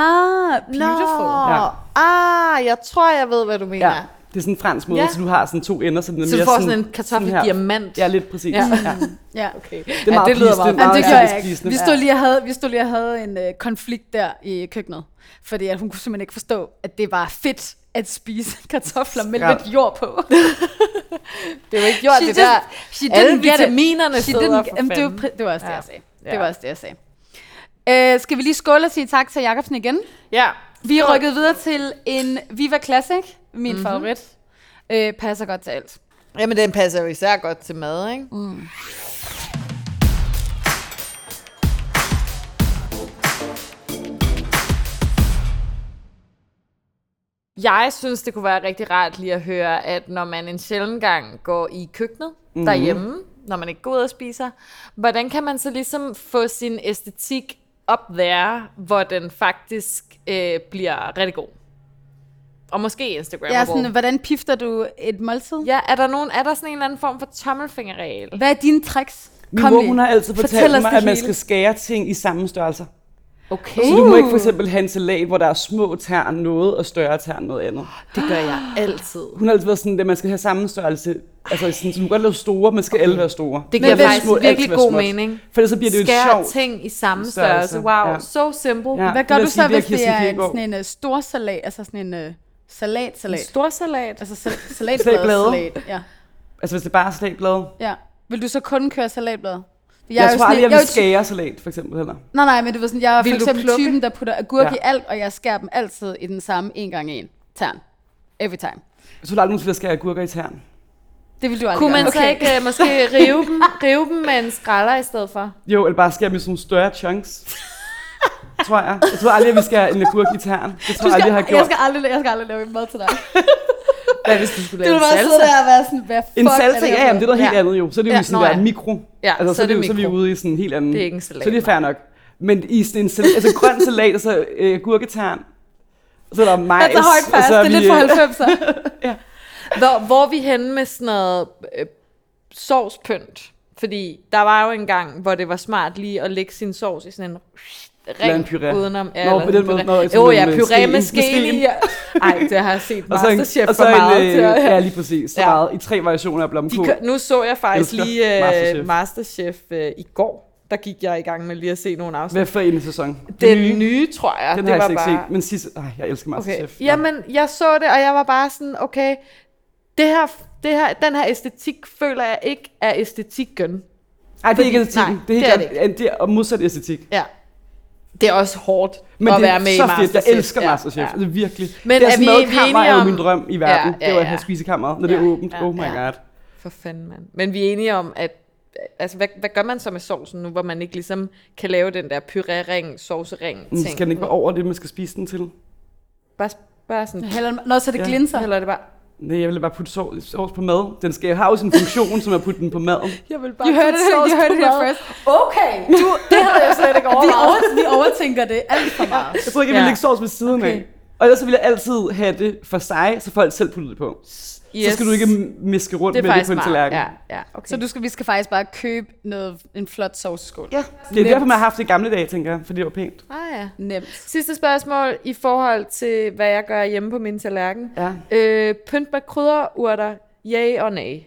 C: Beautiful.
D: beautiful.
E: Ja.
C: Ah, jeg tror, jeg ved, hvad du mener.
E: Ja. Det er sådan en fransk måde,
C: Ja.
E: ja. så du har sådan to ender, så den er
C: Så du
E: mere
C: får sådan en kartoffeldiamant.
E: Ja, lidt præcis.
C: Ja.
E: Ja. ja.
D: Ja.
C: Okay.
E: er meget
C: det lyder meget.
E: pleasende. Ja,
D: Jamen, det
E: Meget
D: gjorde jeg ikke.
E: selvbespisende.
D: Vi stod lige og havde, vi stod lige og havde en øh, konflikt der i køkkenet, fordi at hun kunne simpelthen ikke forstå, at det var fedt at spise kartofler med
E: Skrald.
D: lidt jord på.
C: Det er jo ikke gjort
D: She
C: det
D: just-
C: der.
D: she
C: Alle
D: didn't get it.
C: vitaminerne
D: She
C: sidder
D: didn't-
C: for
D: Jamen, det, var,
C: fanden.
D: præ- det var også det,
C: Ja.
D: jeg sagde.
C: Ja.
D: Det var også det, jeg sagde. Øh, skal vi lige skåle og sige tak til Jacobsen igen?
C: Ja.
D: Vi er rykket videre til en Viva Classic, min mm-hmm. favorit. Øh, passer godt til alt.
C: Jamen, den passer jo især godt til mad, ikke? Mm. Jeg synes, det kunne være rigtig rart lige at høre, at når man en sjældent gang går i køkkenet mm. derhjemme, når man ikke går ud og spiser, hvordan kan man så ligesom få sin æstetik op der, hvor den faktisk øh, bliver rigtig god? Og måske Instagram.
D: Ja, sådan, hvordan pifter du et måltid?
C: Ja, er der, nogen, er der sådan en eller anden form for tommelfingerregel?
D: Hvad er dine tricks?
E: Min mor, hun har altid
D: Fortæl
E: fortalt
D: os
E: mig,
D: det
E: at man
D: hele.
E: skal skære ting i samme størrelser.
C: Okay.
E: Så du må ikke for eksempel have en salat, hvor der er små tern noget og større tern noget andet.
C: Det gør jeg altid.
E: Hun har altid været sådan, at man skal have samme størrelse. Altså sådan, så du kan godt lave store, men skal alle være store.
C: Det
E: Men
C: giver
E: være
C: faktisk
E: små, alt
C: virkelig
E: skal være
C: god
E: småt.
C: mening.
E: For ellers så bliver det jo et
C: Skær
E: sjovt.
C: ting i samme
E: størrelse.
C: størrelse. Wow,
E: Ja.
C: so simple.
E: Ja.
D: Hvad gør
E: Lad
D: du
E: os sige,
D: så,
E: det er
D: hvis det
E: Kirsten
D: er en,
E: Kierkegaard.
D: sådan en uh, stor salat, altså sådan en uh,
C: En
D: salat-salat?
C: stor salat.
D: Altså sal- salatblade
E: Salatblade.
D: salat, ja.
E: Altså hvis det bare er salatblade.
D: ja. Vil du så kun køre salatblade? Jeg,
E: Jeg,
D: er jo
E: jeg tror
D: sådan
E: aldrig,
D: en-
E: jeg vil
D: er jo
E: skære salat, for eksempel heller.
D: ty- Nej, nej, men du ved sådan, jeg er for
C: Vil du
D: eksempel
C: plukke?
D: typen, der putter agurk
E: Ja.
D: i alt, og jeg skærer dem altid i den samme en gang en tern. Every time.
E: Jeg tror aldrig, nogen vil skære agurker i tern.
D: Det vil du aldrig
C: Kunne man
D: gøre.
C: så ikke uh, måske rive dem, rive dem med en skræller i stedet for?
E: Jo, eller bare skære dem i sådan nogle større chunks. tror jeg. Jeg tror aldrig, jeg vil skære en agurk i tern. Det tror
D: Du
E: jeg aldrig, jeg har
D: skal, jeg
E: gjort.
D: skal aldrig, jeg skal aldrig lave mad til dig.
C: Hvad hvis du skulle
D: Du vil bare sidde der og være sådan, hvad fuck
E: En
D: er
E: salsa,
D: det
E: ja,
D: her
E: jamen, det er noget
C: Ja.
E: helt andet jo. Så er det jo
C: Ja,
E: ja, sådan
C: nå
E: der
C: ja.
E: mikro.
C: Ja,
E: altså, så, er det, jo- så er vi
C: mikro.
E: ude i sådan en helt anden...
C: Det er ikke en salat,
E: Så er det fair nok. Men i sådan en, sal- altså grøn salat, og så øh, gurketern. Så er der majs.
D: Altså højt
E: og
D: fast,
E: så
D: det er
E: vi,
D: lidt for
E: øh,
D: 90'er.
C: Hvor, hvor er vi henne med sådan noget øh, sovspynt? Fordi der var jo en gang, hvor det var smart lige at lægge sin sovs i sådan en
E: Eller
C: ring
E: en puré.
C: udenom.
E: Nå,
C: eller
E: på
C: sådan
E: den måde,
C: en
E: nå, jeg
C: Jo,
E: troede,
C: ja,
E: med
C: puré med
E: skeen. Med
C: skeen. i. Ej, det har jeg set
E: Og så en,
C: Masterchef
E: og så
C: for meget
E: en, øh,
C: til. at-
E: ja, lige præcis.
C: Ja.
E: Ja. Meget, I tre variationer af
C: De
E: blomkål.
C: kø- nu så jeg faktisk
E: Elsker
C: lige øh, Masterchef,
E: Masterchef.
C: Masterchef øh, i går. Der gik jeg i gang med lige at se nogle afsnit.
E: Hvad for en sæson?
C: Den nye, nye tror jeg.
E: Den
C: det
E: har jeg
C: var
E: slet ikke
C: bare...
E: set, men sidste... Ej, jeg elsker
C: Okay.
E: Masterchef. Nå.
C: Jamen, jeg så det, og jeg var bare sådan, okay, det her, det her, den her æstetik føler jeg ikke er æstetikken.
E: Ej, det er
C: fordi-
E: ikke æstetikken.
C: nej,
E: det er,
C: det er
E: helt klart- det er og modsat æstetik.
C: Ja. Det er også hårdt
E: Men
C: at
E: det
C: være
E: er
C: med i
E: så fedt. Jeg
C: Masterchef.
E: elsker
C: Ja,
E: Masterchef.
C: ja.
E: Altså virkelig.
C: Men
E: Deres
C: er vi- vi er
E: madkammer er jo
C: enige
E: min
C: om-
E: drøm i verden.
C: Ja, ja,
E: Det var at
C: ja.
E: have spisekammeret, når det
C: Ja,
E: er åbent.
C: ja,
E: Oh my
C: ja.
E: god.
C: For fanden, mand. Men vi er enige om, at altså, hvad, hvad gør man så med sovsen nu, hvor man ikke ligesom kan lave den der puré-ring, sovsering
E: Men
C: ting?
E: Mm, Skal den ikke være over det, man skal spise den til?
C: Bare, bare sådan,
D: Heller, når så det
E: Ja.
D: glinser.
C: så hælder det bare
E: Nej, jeg ville bare putte sov- sovs på mad. Den skal har jo sin funktion, som at putte den på maden.
C: Jeg vil bare
D: You heard it, you heard it here first. Okay. Du, det havde jeg slet ikke overvejet. Vi, over, vi overtænker det alt for meget.
E: Jeg troede ikke, jeg ville
C: Ja.
E: lægge sovs ved siden okay.
D: Okay.
E: af. Og ellers så ville jeg altid have det for sig, så folk selv puttede det på. Yes.
C: Yes.
E: Så skal du ikke m- miske rundt
C: det er
E: med det
C: faktisk
E: på en
C: smart.
E: tallerken.
C: Ja, ja, okay.
D: Så du skal, vi skal faktisk bare købe noget, en flot sovseskål.
E: ja. Det er
D: Nemt.
E: derfor, man har haft det i gamle dage, tænker jeg, fordi det var pænt.
C: ah, ja.
D: Nemt.
C: Sidste spørgsmål i forhold til, hvad jeg gør hjemme på min tallerken.
E: Ja.
C: Øh, pynt med krydderurter, ja og nej.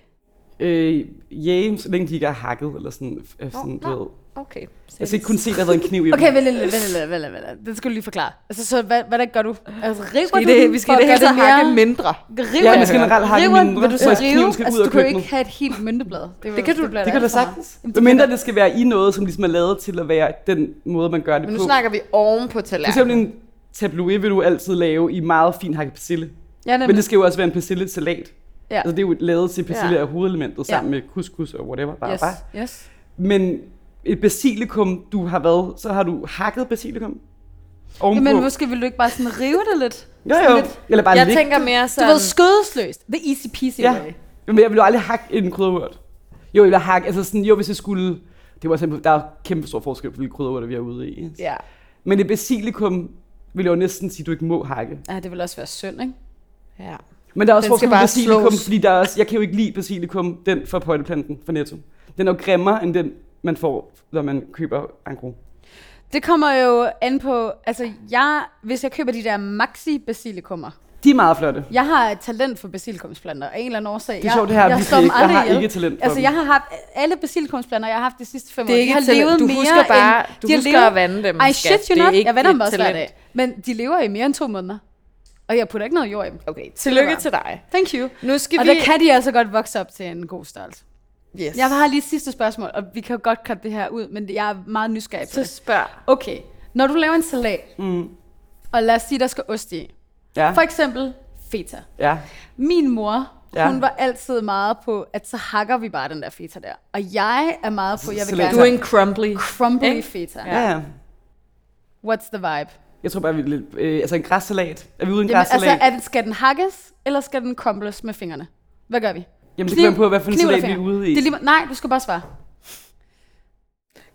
E: Øh, yeah, så længe de ikke er hakket eller sådan. Øh, sådan
C: nå.
E: du ved.
C: Okay.
E: Jeg skal ikke kunne se, der har været en kniv i dem.
D: Okay, vent lidt, vent lidt, vent lidt, vent lidt. Det skal du lige forklare. Altså, så hvad, hvad der gør du? Altså, river
C: I
D: du
C: det,
D: den
C: vi skal
D: for
C: i det
D: at
C: hele
D: gøre
C: taget hakke
D: mere-
C: mindre.
D: River,
E: Ja, man skal generelt hakke
D: river,
E: mindre.
D: vil du så
E: Ja,
D: rive?
E: kniven skal
D: Altså,
E: ud af
D: du kan jo
E: køkkenet.
D: ikke have et helt mynteblad. Det,
C: kan
D: bliver
C: du-
E: Det kan du
D: alt for meget.
E: sagtens.
D: Jamen,
E: Men
D: det
E: mindre
D: bliver-
E: det skal være i noget, som ligesom er lavet til at være den måde, man gør det
C: Men
E: på.
C: nu snakker vi oven på
E: For
C: tallerkenen.
E: eksempel en tabloid vil du altid lave i meget fin hakket persille.
D: Ja, nemlig.
E: Men det skal jo også være en persillesalat.
D: Ja.
E: Altså det er jo lavet til persille
C: Ja.
E: af hovedelementet
D: Ja.
E: sammen med couscous og whatever. Bare,
D: yes,
E: bare.
D: yes.
E: Men et basilikum, du har været, så har du hakket basilikum ovenpå.
D: Jamen, måske vil du ikke bare sådan rive det lidt?
E: jo, jo. Eller bare
C: Jeg
E: læg-
C: tænker mere
D: Du
C: sådan...
D: ved, skødesløst. The easy peasy
E: Ja.
D: way.
E: Men jeg ville jo aldrig hakke en krydderurt. Jo, jeg ville hakke, altså sådan, jo, hvis jeg skulle... Det var simpelthen, der er kæmpe stor forskel på, hvilke krydderurter vi er ude i.
C: Ja.
E: Men et basilikum vil jeg jo næsten sige, du ikke må hakke.
D: Ja, det vil også være synd, ikke?
C: ja.
E: Men der er også
C: Den skal
E: forskel på
C: bare
E: basilikum,
C: slås.
E: fordi der er også, jeg kan jo ikke lide basilikum, den fra potteplanten fra Netto. Den er jo grimmere end den, man får, når man køber angro.
D: Det kommer jo an på, altså jeg, hvis jeg køber de der maxi basilikummer,
E: De er meget flotte.
D: jeg har et talent for basilikumsplanter af en eller anden årsag.
E: Det er sjovt, det har jeg
D: jeg,
E: virkelig
D: slår dem
E: ikke. Jeg
D: aldrig
E: har
D: ihjel.
E: ikke talent for
D: Altså
E: dem.
D: jeg har haft alle basilikumsplanter, jeg har haft de sidste fem
C: Det er
D: år.
C: ikke
D: jeg
C: et
D: har
C: talent.
D: levet
C: Du
D: mere
C: husker bare-
D: end,
C: du
D: de har
C: husker
D: levet-
C: at vande dem,
D: Ej,
C: skat.
D: shit you
C: Det er
D: not,
C: ikke
D: jeg vander
C: et
D: dem også hver
C: talent.
D: dag. Men de lever i mere end to måneder. Og jeg putter ikke noget jord i dem.
C: Okay, tillykke
D: bare.
C: til dig.
D: Thank you.
C: Nu skal
D: Og
C: vi...
D: der kan de altså godt vokse op til en god størrelse.
C: Yes.
D: Jeg har lige et sidste spørgsmål, og vi kan jo godt cutte det her ud, men jeg er meget nysgerrig på
C: Så
D: det.
C: spørg.
D: Okay, når du laver en salat,
E: Mm.
D: og lad os sige, der skal ost i.
E: Ja,
D: For eksempel feta.
E: ja.
D: Min mor,
E: Ja.
D: ja. hun var altid meget på, at så hakker vi bare den der feta der. Og jeg er meget på, jeg vil
E: Salat.
D: gerne
C: Du er en crumbly.
D: crumbly
C: Ikke?
D: feta.
E: ja. ja.
D: What's the vibe?
E: Jeg tror bare, vi er lidt, øh, altså en græssalat. Er vi ude i en
D: Jamen,
E: græssalat?
D: altså, er den, skal den hakkes, eller skal den crumbles med fingrene? Hvad gør vi?
E: Jamen, det kommer på, hvad for en
D: kniv eller
E: salat vi er
D: finger?
E: ude i.
D: Det er lige, meget- nej, du skal bare svare.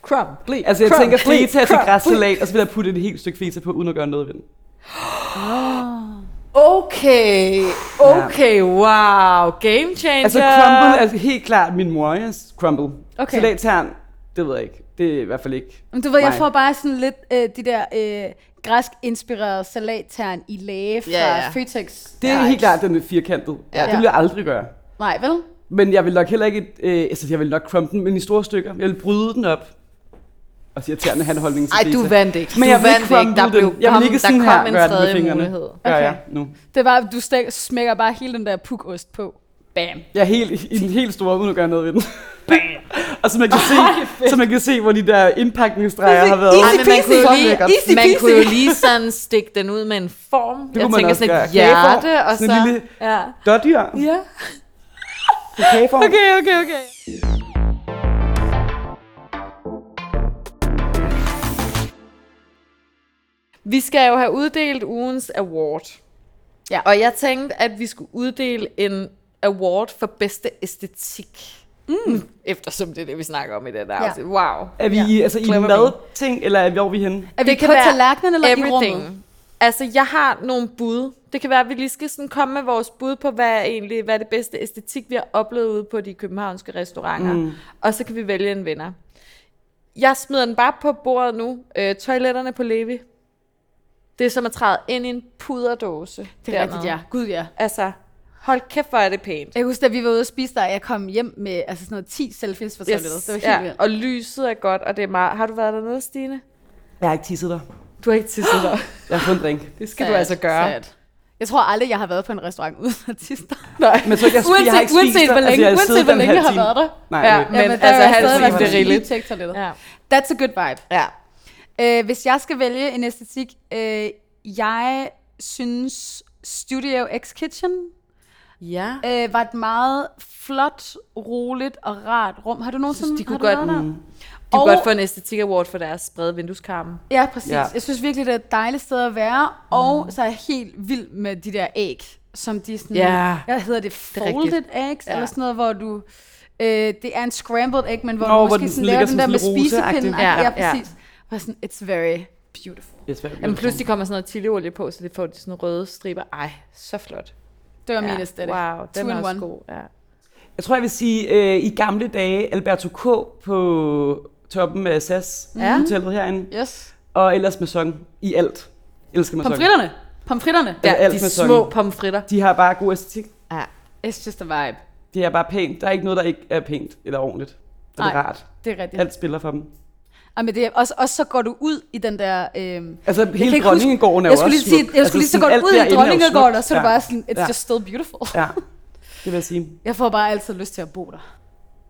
C: Crumbly.
E: Altså, jeg
C: Crumb,
E: tænker
C: blee,
E: feta til
C: crumb, blee.
E: græssalat, og så vil jeg putte et helt stykke feta på, uden at gøre noget ved den.
C: Okay, okay, wow. Game changer.
E: Altså, crumble er helt klart min mor, yes. crumble.
D: Okay.
E: Salattern, det ved jeg ikke. Det er i hvert fald ikke.
D: Men du ved, jeg
E: Nej.
D: får bare sådan lidt øh, de der øh, græsk-inspirerede salattern i læge fra
C: Ja, ja.
D: Føtex.
E: Det er
D: Nej.
E: helt klart, den er firkantet. Ja.
C: Ja.
E: Det vil jeg aldrig gøre.
D: Nej, vel?
E: Men jeg vil nok heller ikke, øh, altså jeg vil nok crumble den, men i store stykker. Jeg vil bryde den op. Og så irriterende han holdningen til
C: Ej,
E: pizza.
C: du vandt ikke.
E: Men
C: du
E: jeg vil
C: vandt
E: crumble
C: ikke. Der
E: den.
C: blev
E: jeg
C: kom,
E: vil ikke
C: der
E: sådan
C: kom
E: her
C: en
E: gøre det
C: tredje
E: med fingrene.
C: mulighed.
E: Gør
D: Okay.
E: jeg nu.
D: Det var, du stik, smækker bare hele den der pukost på. Bam.
E: Jeg er helt, i den helt store, uden at gøre noget ved den. og så man kan se, så man kan se, hvor de der indpakningsstreger har været.
C: Ej, men man kunne, jo
E: Sådan
C: lige,
E: lækkert.
D: Easy
C: man kunne jo
D: peasy.
C: lige sådan stikke den ud med en form.
E: Det
C: jeg
E: kunne man
C: tænker
E: også
C: sådan et
E: gøre. Kageform.
C: hjerte, og så...
E: Sådan en lille
C: ja.
E: dårdyr.
C: ja.
E: Okay, okay.
C: Okay, okay, okay. Vi skal jo have uddelt ugens award.
D: Ja.
C: Og jeg tænkte, at vi skulle uddele en award for bedste æstetik. Mm. Eftersom det er det, vi snakker om i det der
D: Ja.
C: afsnit. Wow.
E: Er vi i, altså, i
C: Clever
E: madting, eller er vi, hvor er vi henne?
D: Er vi det
C: Det kan
D: kan på
C: være
D: tallerkenen eller i rummet?
C: Everything. Altså, jeg har nogle bud. Det kan være, at vi lige skal sådan komme med vores bud på, hvad er, egentlig, hvad er det bedste æstetik, vi har oplevet ude på de københavnske restauranter. Mm. Og så kan vi vælge en vinder. Jeg smider den bare på bordet nu. Øh, toiletterne på Levi. Det er som at træde ind i en puderdåse.
D: Det er rigtigt, ja. Gud, ja.
C: Altså, hold kæft, hvor er det pænt.
D: Jeg husker, da vi var ude og spise der, jeg kom hjem med altså sådan noget 10 selfies for toilettet. Yes. Det var helt ja.
C: ja.
D: vildt.
C: Og lyset er godt, og det er meget... Har du været dernede, Stine?
E: Jeg har ikke tisset dig.
C: Du har ikke tisset dig.
E: Jeg har fået en drink.
C: Det skal du altså gøre.
D: Sad. Jeg tror aldrig, jeg har været på en restaurant uden artister.
C: Nej.
E: Men så ikke, jeg, jeg, jeg har ikke spist
D: uanset
E: dig.
D: hvor længe,
E: jeg har
D: uanset
E: siddet
D: hvor
E: der en
D: længe jeg
E: halv
D: har
E: time.
D: været der.
E: Nej,
C: Ja,
E: ja,
C: men altså, halv time,
D: stadigvæk
C: det er
D: lige
C: rigeligt.
D: tjekke toilettet.
C: Ja.
D: That's a good vibe.
C: ja.
D: Øh, hvis jeg skal vælge en æstetik, øh, jeg synes Studio X Kitchen
C: Ja.
D: øh, var et meget flot, roligt og rart rum. Har du nogensinde
C: synes, de kunne
D: har du
C: godt-
D: været der?
C: De kunne
D: Og-
C: godt få en æstetik award for deres brede vindueskarme.
D: Ja, præcis.
E: Ja.
C: Mm.
D: Ja. Jeg synes virkelig, det er et dejligt sted at være. Og så er jeg helt vild med de der æg. som de sådan...
C: Ja.
D: Hvad hedder det?
C: er rigtigt.
D: Folded eggs?
C: Ja.
D: Ja. Eller sådan noget, hvor du... Øh, det er en scrambled egg, men hvor
E: Nå,
D: Nå, du
E: hvor
D: måske
E: den
D: sådan,
E: sådan
D: laver
E: ligger
D: den der
E: som
D: med
E: sådan en rose-agtig.
D: spisepinden.
C: Ja,
D: Ja, ja,
C: ja.
D: præcis. Hvor sådan, it's very beautiful.
E: Det er svært. at
C: Jamen,
E: vide.
C: pludselig kommer sådan noget chiliolie på, så det får de sådan røde striber. Ej, så flot.
D: Det var ja. min aesthetic.
C: Wow,
D: Two
C: den
D: in
C: er også
D: one.
C: god. Ja.
E: Jeg tror, jeg vil sige, øh, i gamle dage, Alberto K. på toppen af SAS
C: Ja.
E: ja. hotellet herinde,
D: Yes.
E: og ellers med song i alt. Elsker med song.
D: Pomfritterne. Pomfritterne.
E: Ja,
C: Ja,
E: alt
C: de
E: med sådan.
C: små pomfritter.
E: De har bare god æstetik.
C: Ja.
D: It's just a vibe.
E: Det er bare pænt. Der er ikke noget, der ikke er pænt eller ordentligt. Og det er
D: Nej.
E: rart.
D: Det er rigtigt.
E: Alt spiller for dem.
D: Ja. men det er, også, også så går du ud i den der... Øh,
E: Altså,
D: kan
E: hele
D: ikke huske-
E: dronningegården er jo
D: jeg skulle
E: også
D: lige sige,
E: smuk.
D: jeg skulle lige så
E: Altså,
D: godt
E: sådan,
D: ud
E: alt
D: i
E: derinde er jo
D: Dronningegården,
E: smukt.
D: og så er det
E: Ja.
D: bare sådan, it's
E: Ja.
D: just still beautiful.
E: Ja, det vil jeg sige.
D: Jeg får bare altid lyst til at bo der.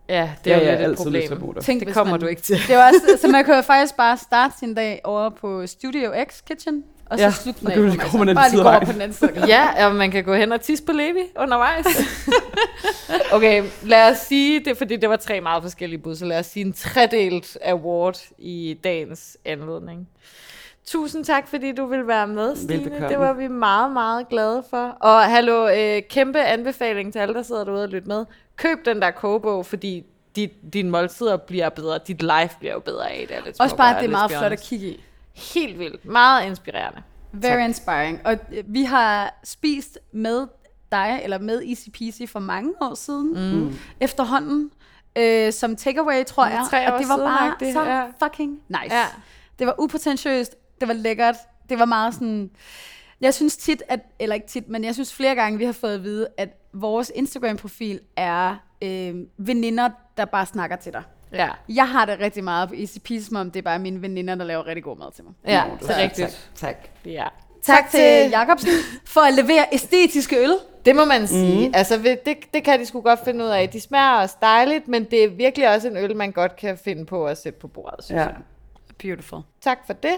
C: Ja, det
E: Det
C: er
E: er
C: jo
E: ja,
C: lidt
E: ja,
C: et
E: altid lyst til at
C: problem.
E: bo der.
D: Tænk,
C: Det
D: hvis
C: kommer
D: man,
C: du ikke til.
D: Det var også, så man kan jo faktisk bare starte sin dag over på Studio X Kitchen, og så
E: Ja,
D: ja, slutte den
E: og
D: af.
E: kan vi
D: på
E: lige gå
D: Massa.
E: på den anden
D: bare
E: side
D: lige
E: af
D: gå over
E: vejen.
D: på den anden side. af gaden.
C: Ja, og man kan gå hen og tisse på Levi undervejs. okay, lad os sige, det er fordi, det var tre meget forskellige bud, så lad os sige en tredelt award i dagens anledning. Tusind tak, fordi du ville være med, Stine.
E: Velbekomme.
C: Det var vi meget, meget glade for. Og hallo, øh, kæmpe anbefaling til alle, der sidder derude og lytter med. Køb den der kogebog, fordi dit, dine måltider bliver bedre. Dit life bliver jo bedre af det. er lidt
D: Også bare,
C: smukkere,
D: at det er
C: let's
D: meget
C: be
D: flot at
C: honest.
D: kigge i.
C: Helt vildt. Meget inspirerende.
D: Very inspiring. Og øh, vi har spist med dig, eller med Easy Peasy for mange år siden, mm. efterhånden, øh, som takeaway, tror jeg.
C: tre år
D: og det var
C: siden,
D: bare
C: agtigt,
D: så
C: ja.
D: fucking nice.
C: Ja.
D: Ja. Det var upotentiøst, det var lækkert, det var meget sådan... Jeg synes tit, at, eller ikke tit, men jeg synes flere gange, vi har fået at vide, at vores Instagram-profil er øh, veninder, der bare snakker til dig.
C: Ja,
D: Jeg har det rigtig meget på Easy Peasy, som om det er bare mine veninder, der laver rigtig god mad til mig.
C: ja
E: Nå,
C: det
E: var
C: er rigtigt.
E: Tak.
C: Ja.
D: Tak til Jacobsen for at levere æstetiske øl.
C: Det må man sige. Mm. Altså, ved- det, det kan de sgu godt finde ud af. De smager også dejligt, men det er virkelig også en øl, man godt kan finde på at sætte på bordet, synes ja.
E: Ja.
C: jeg.
D: Beautiful.
C: Tak for det.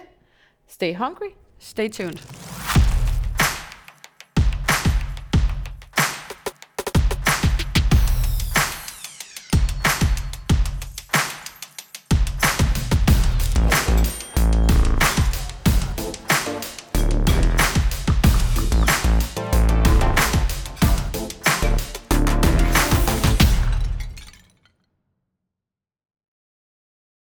C: Stay hungry.
D: Stay tuned.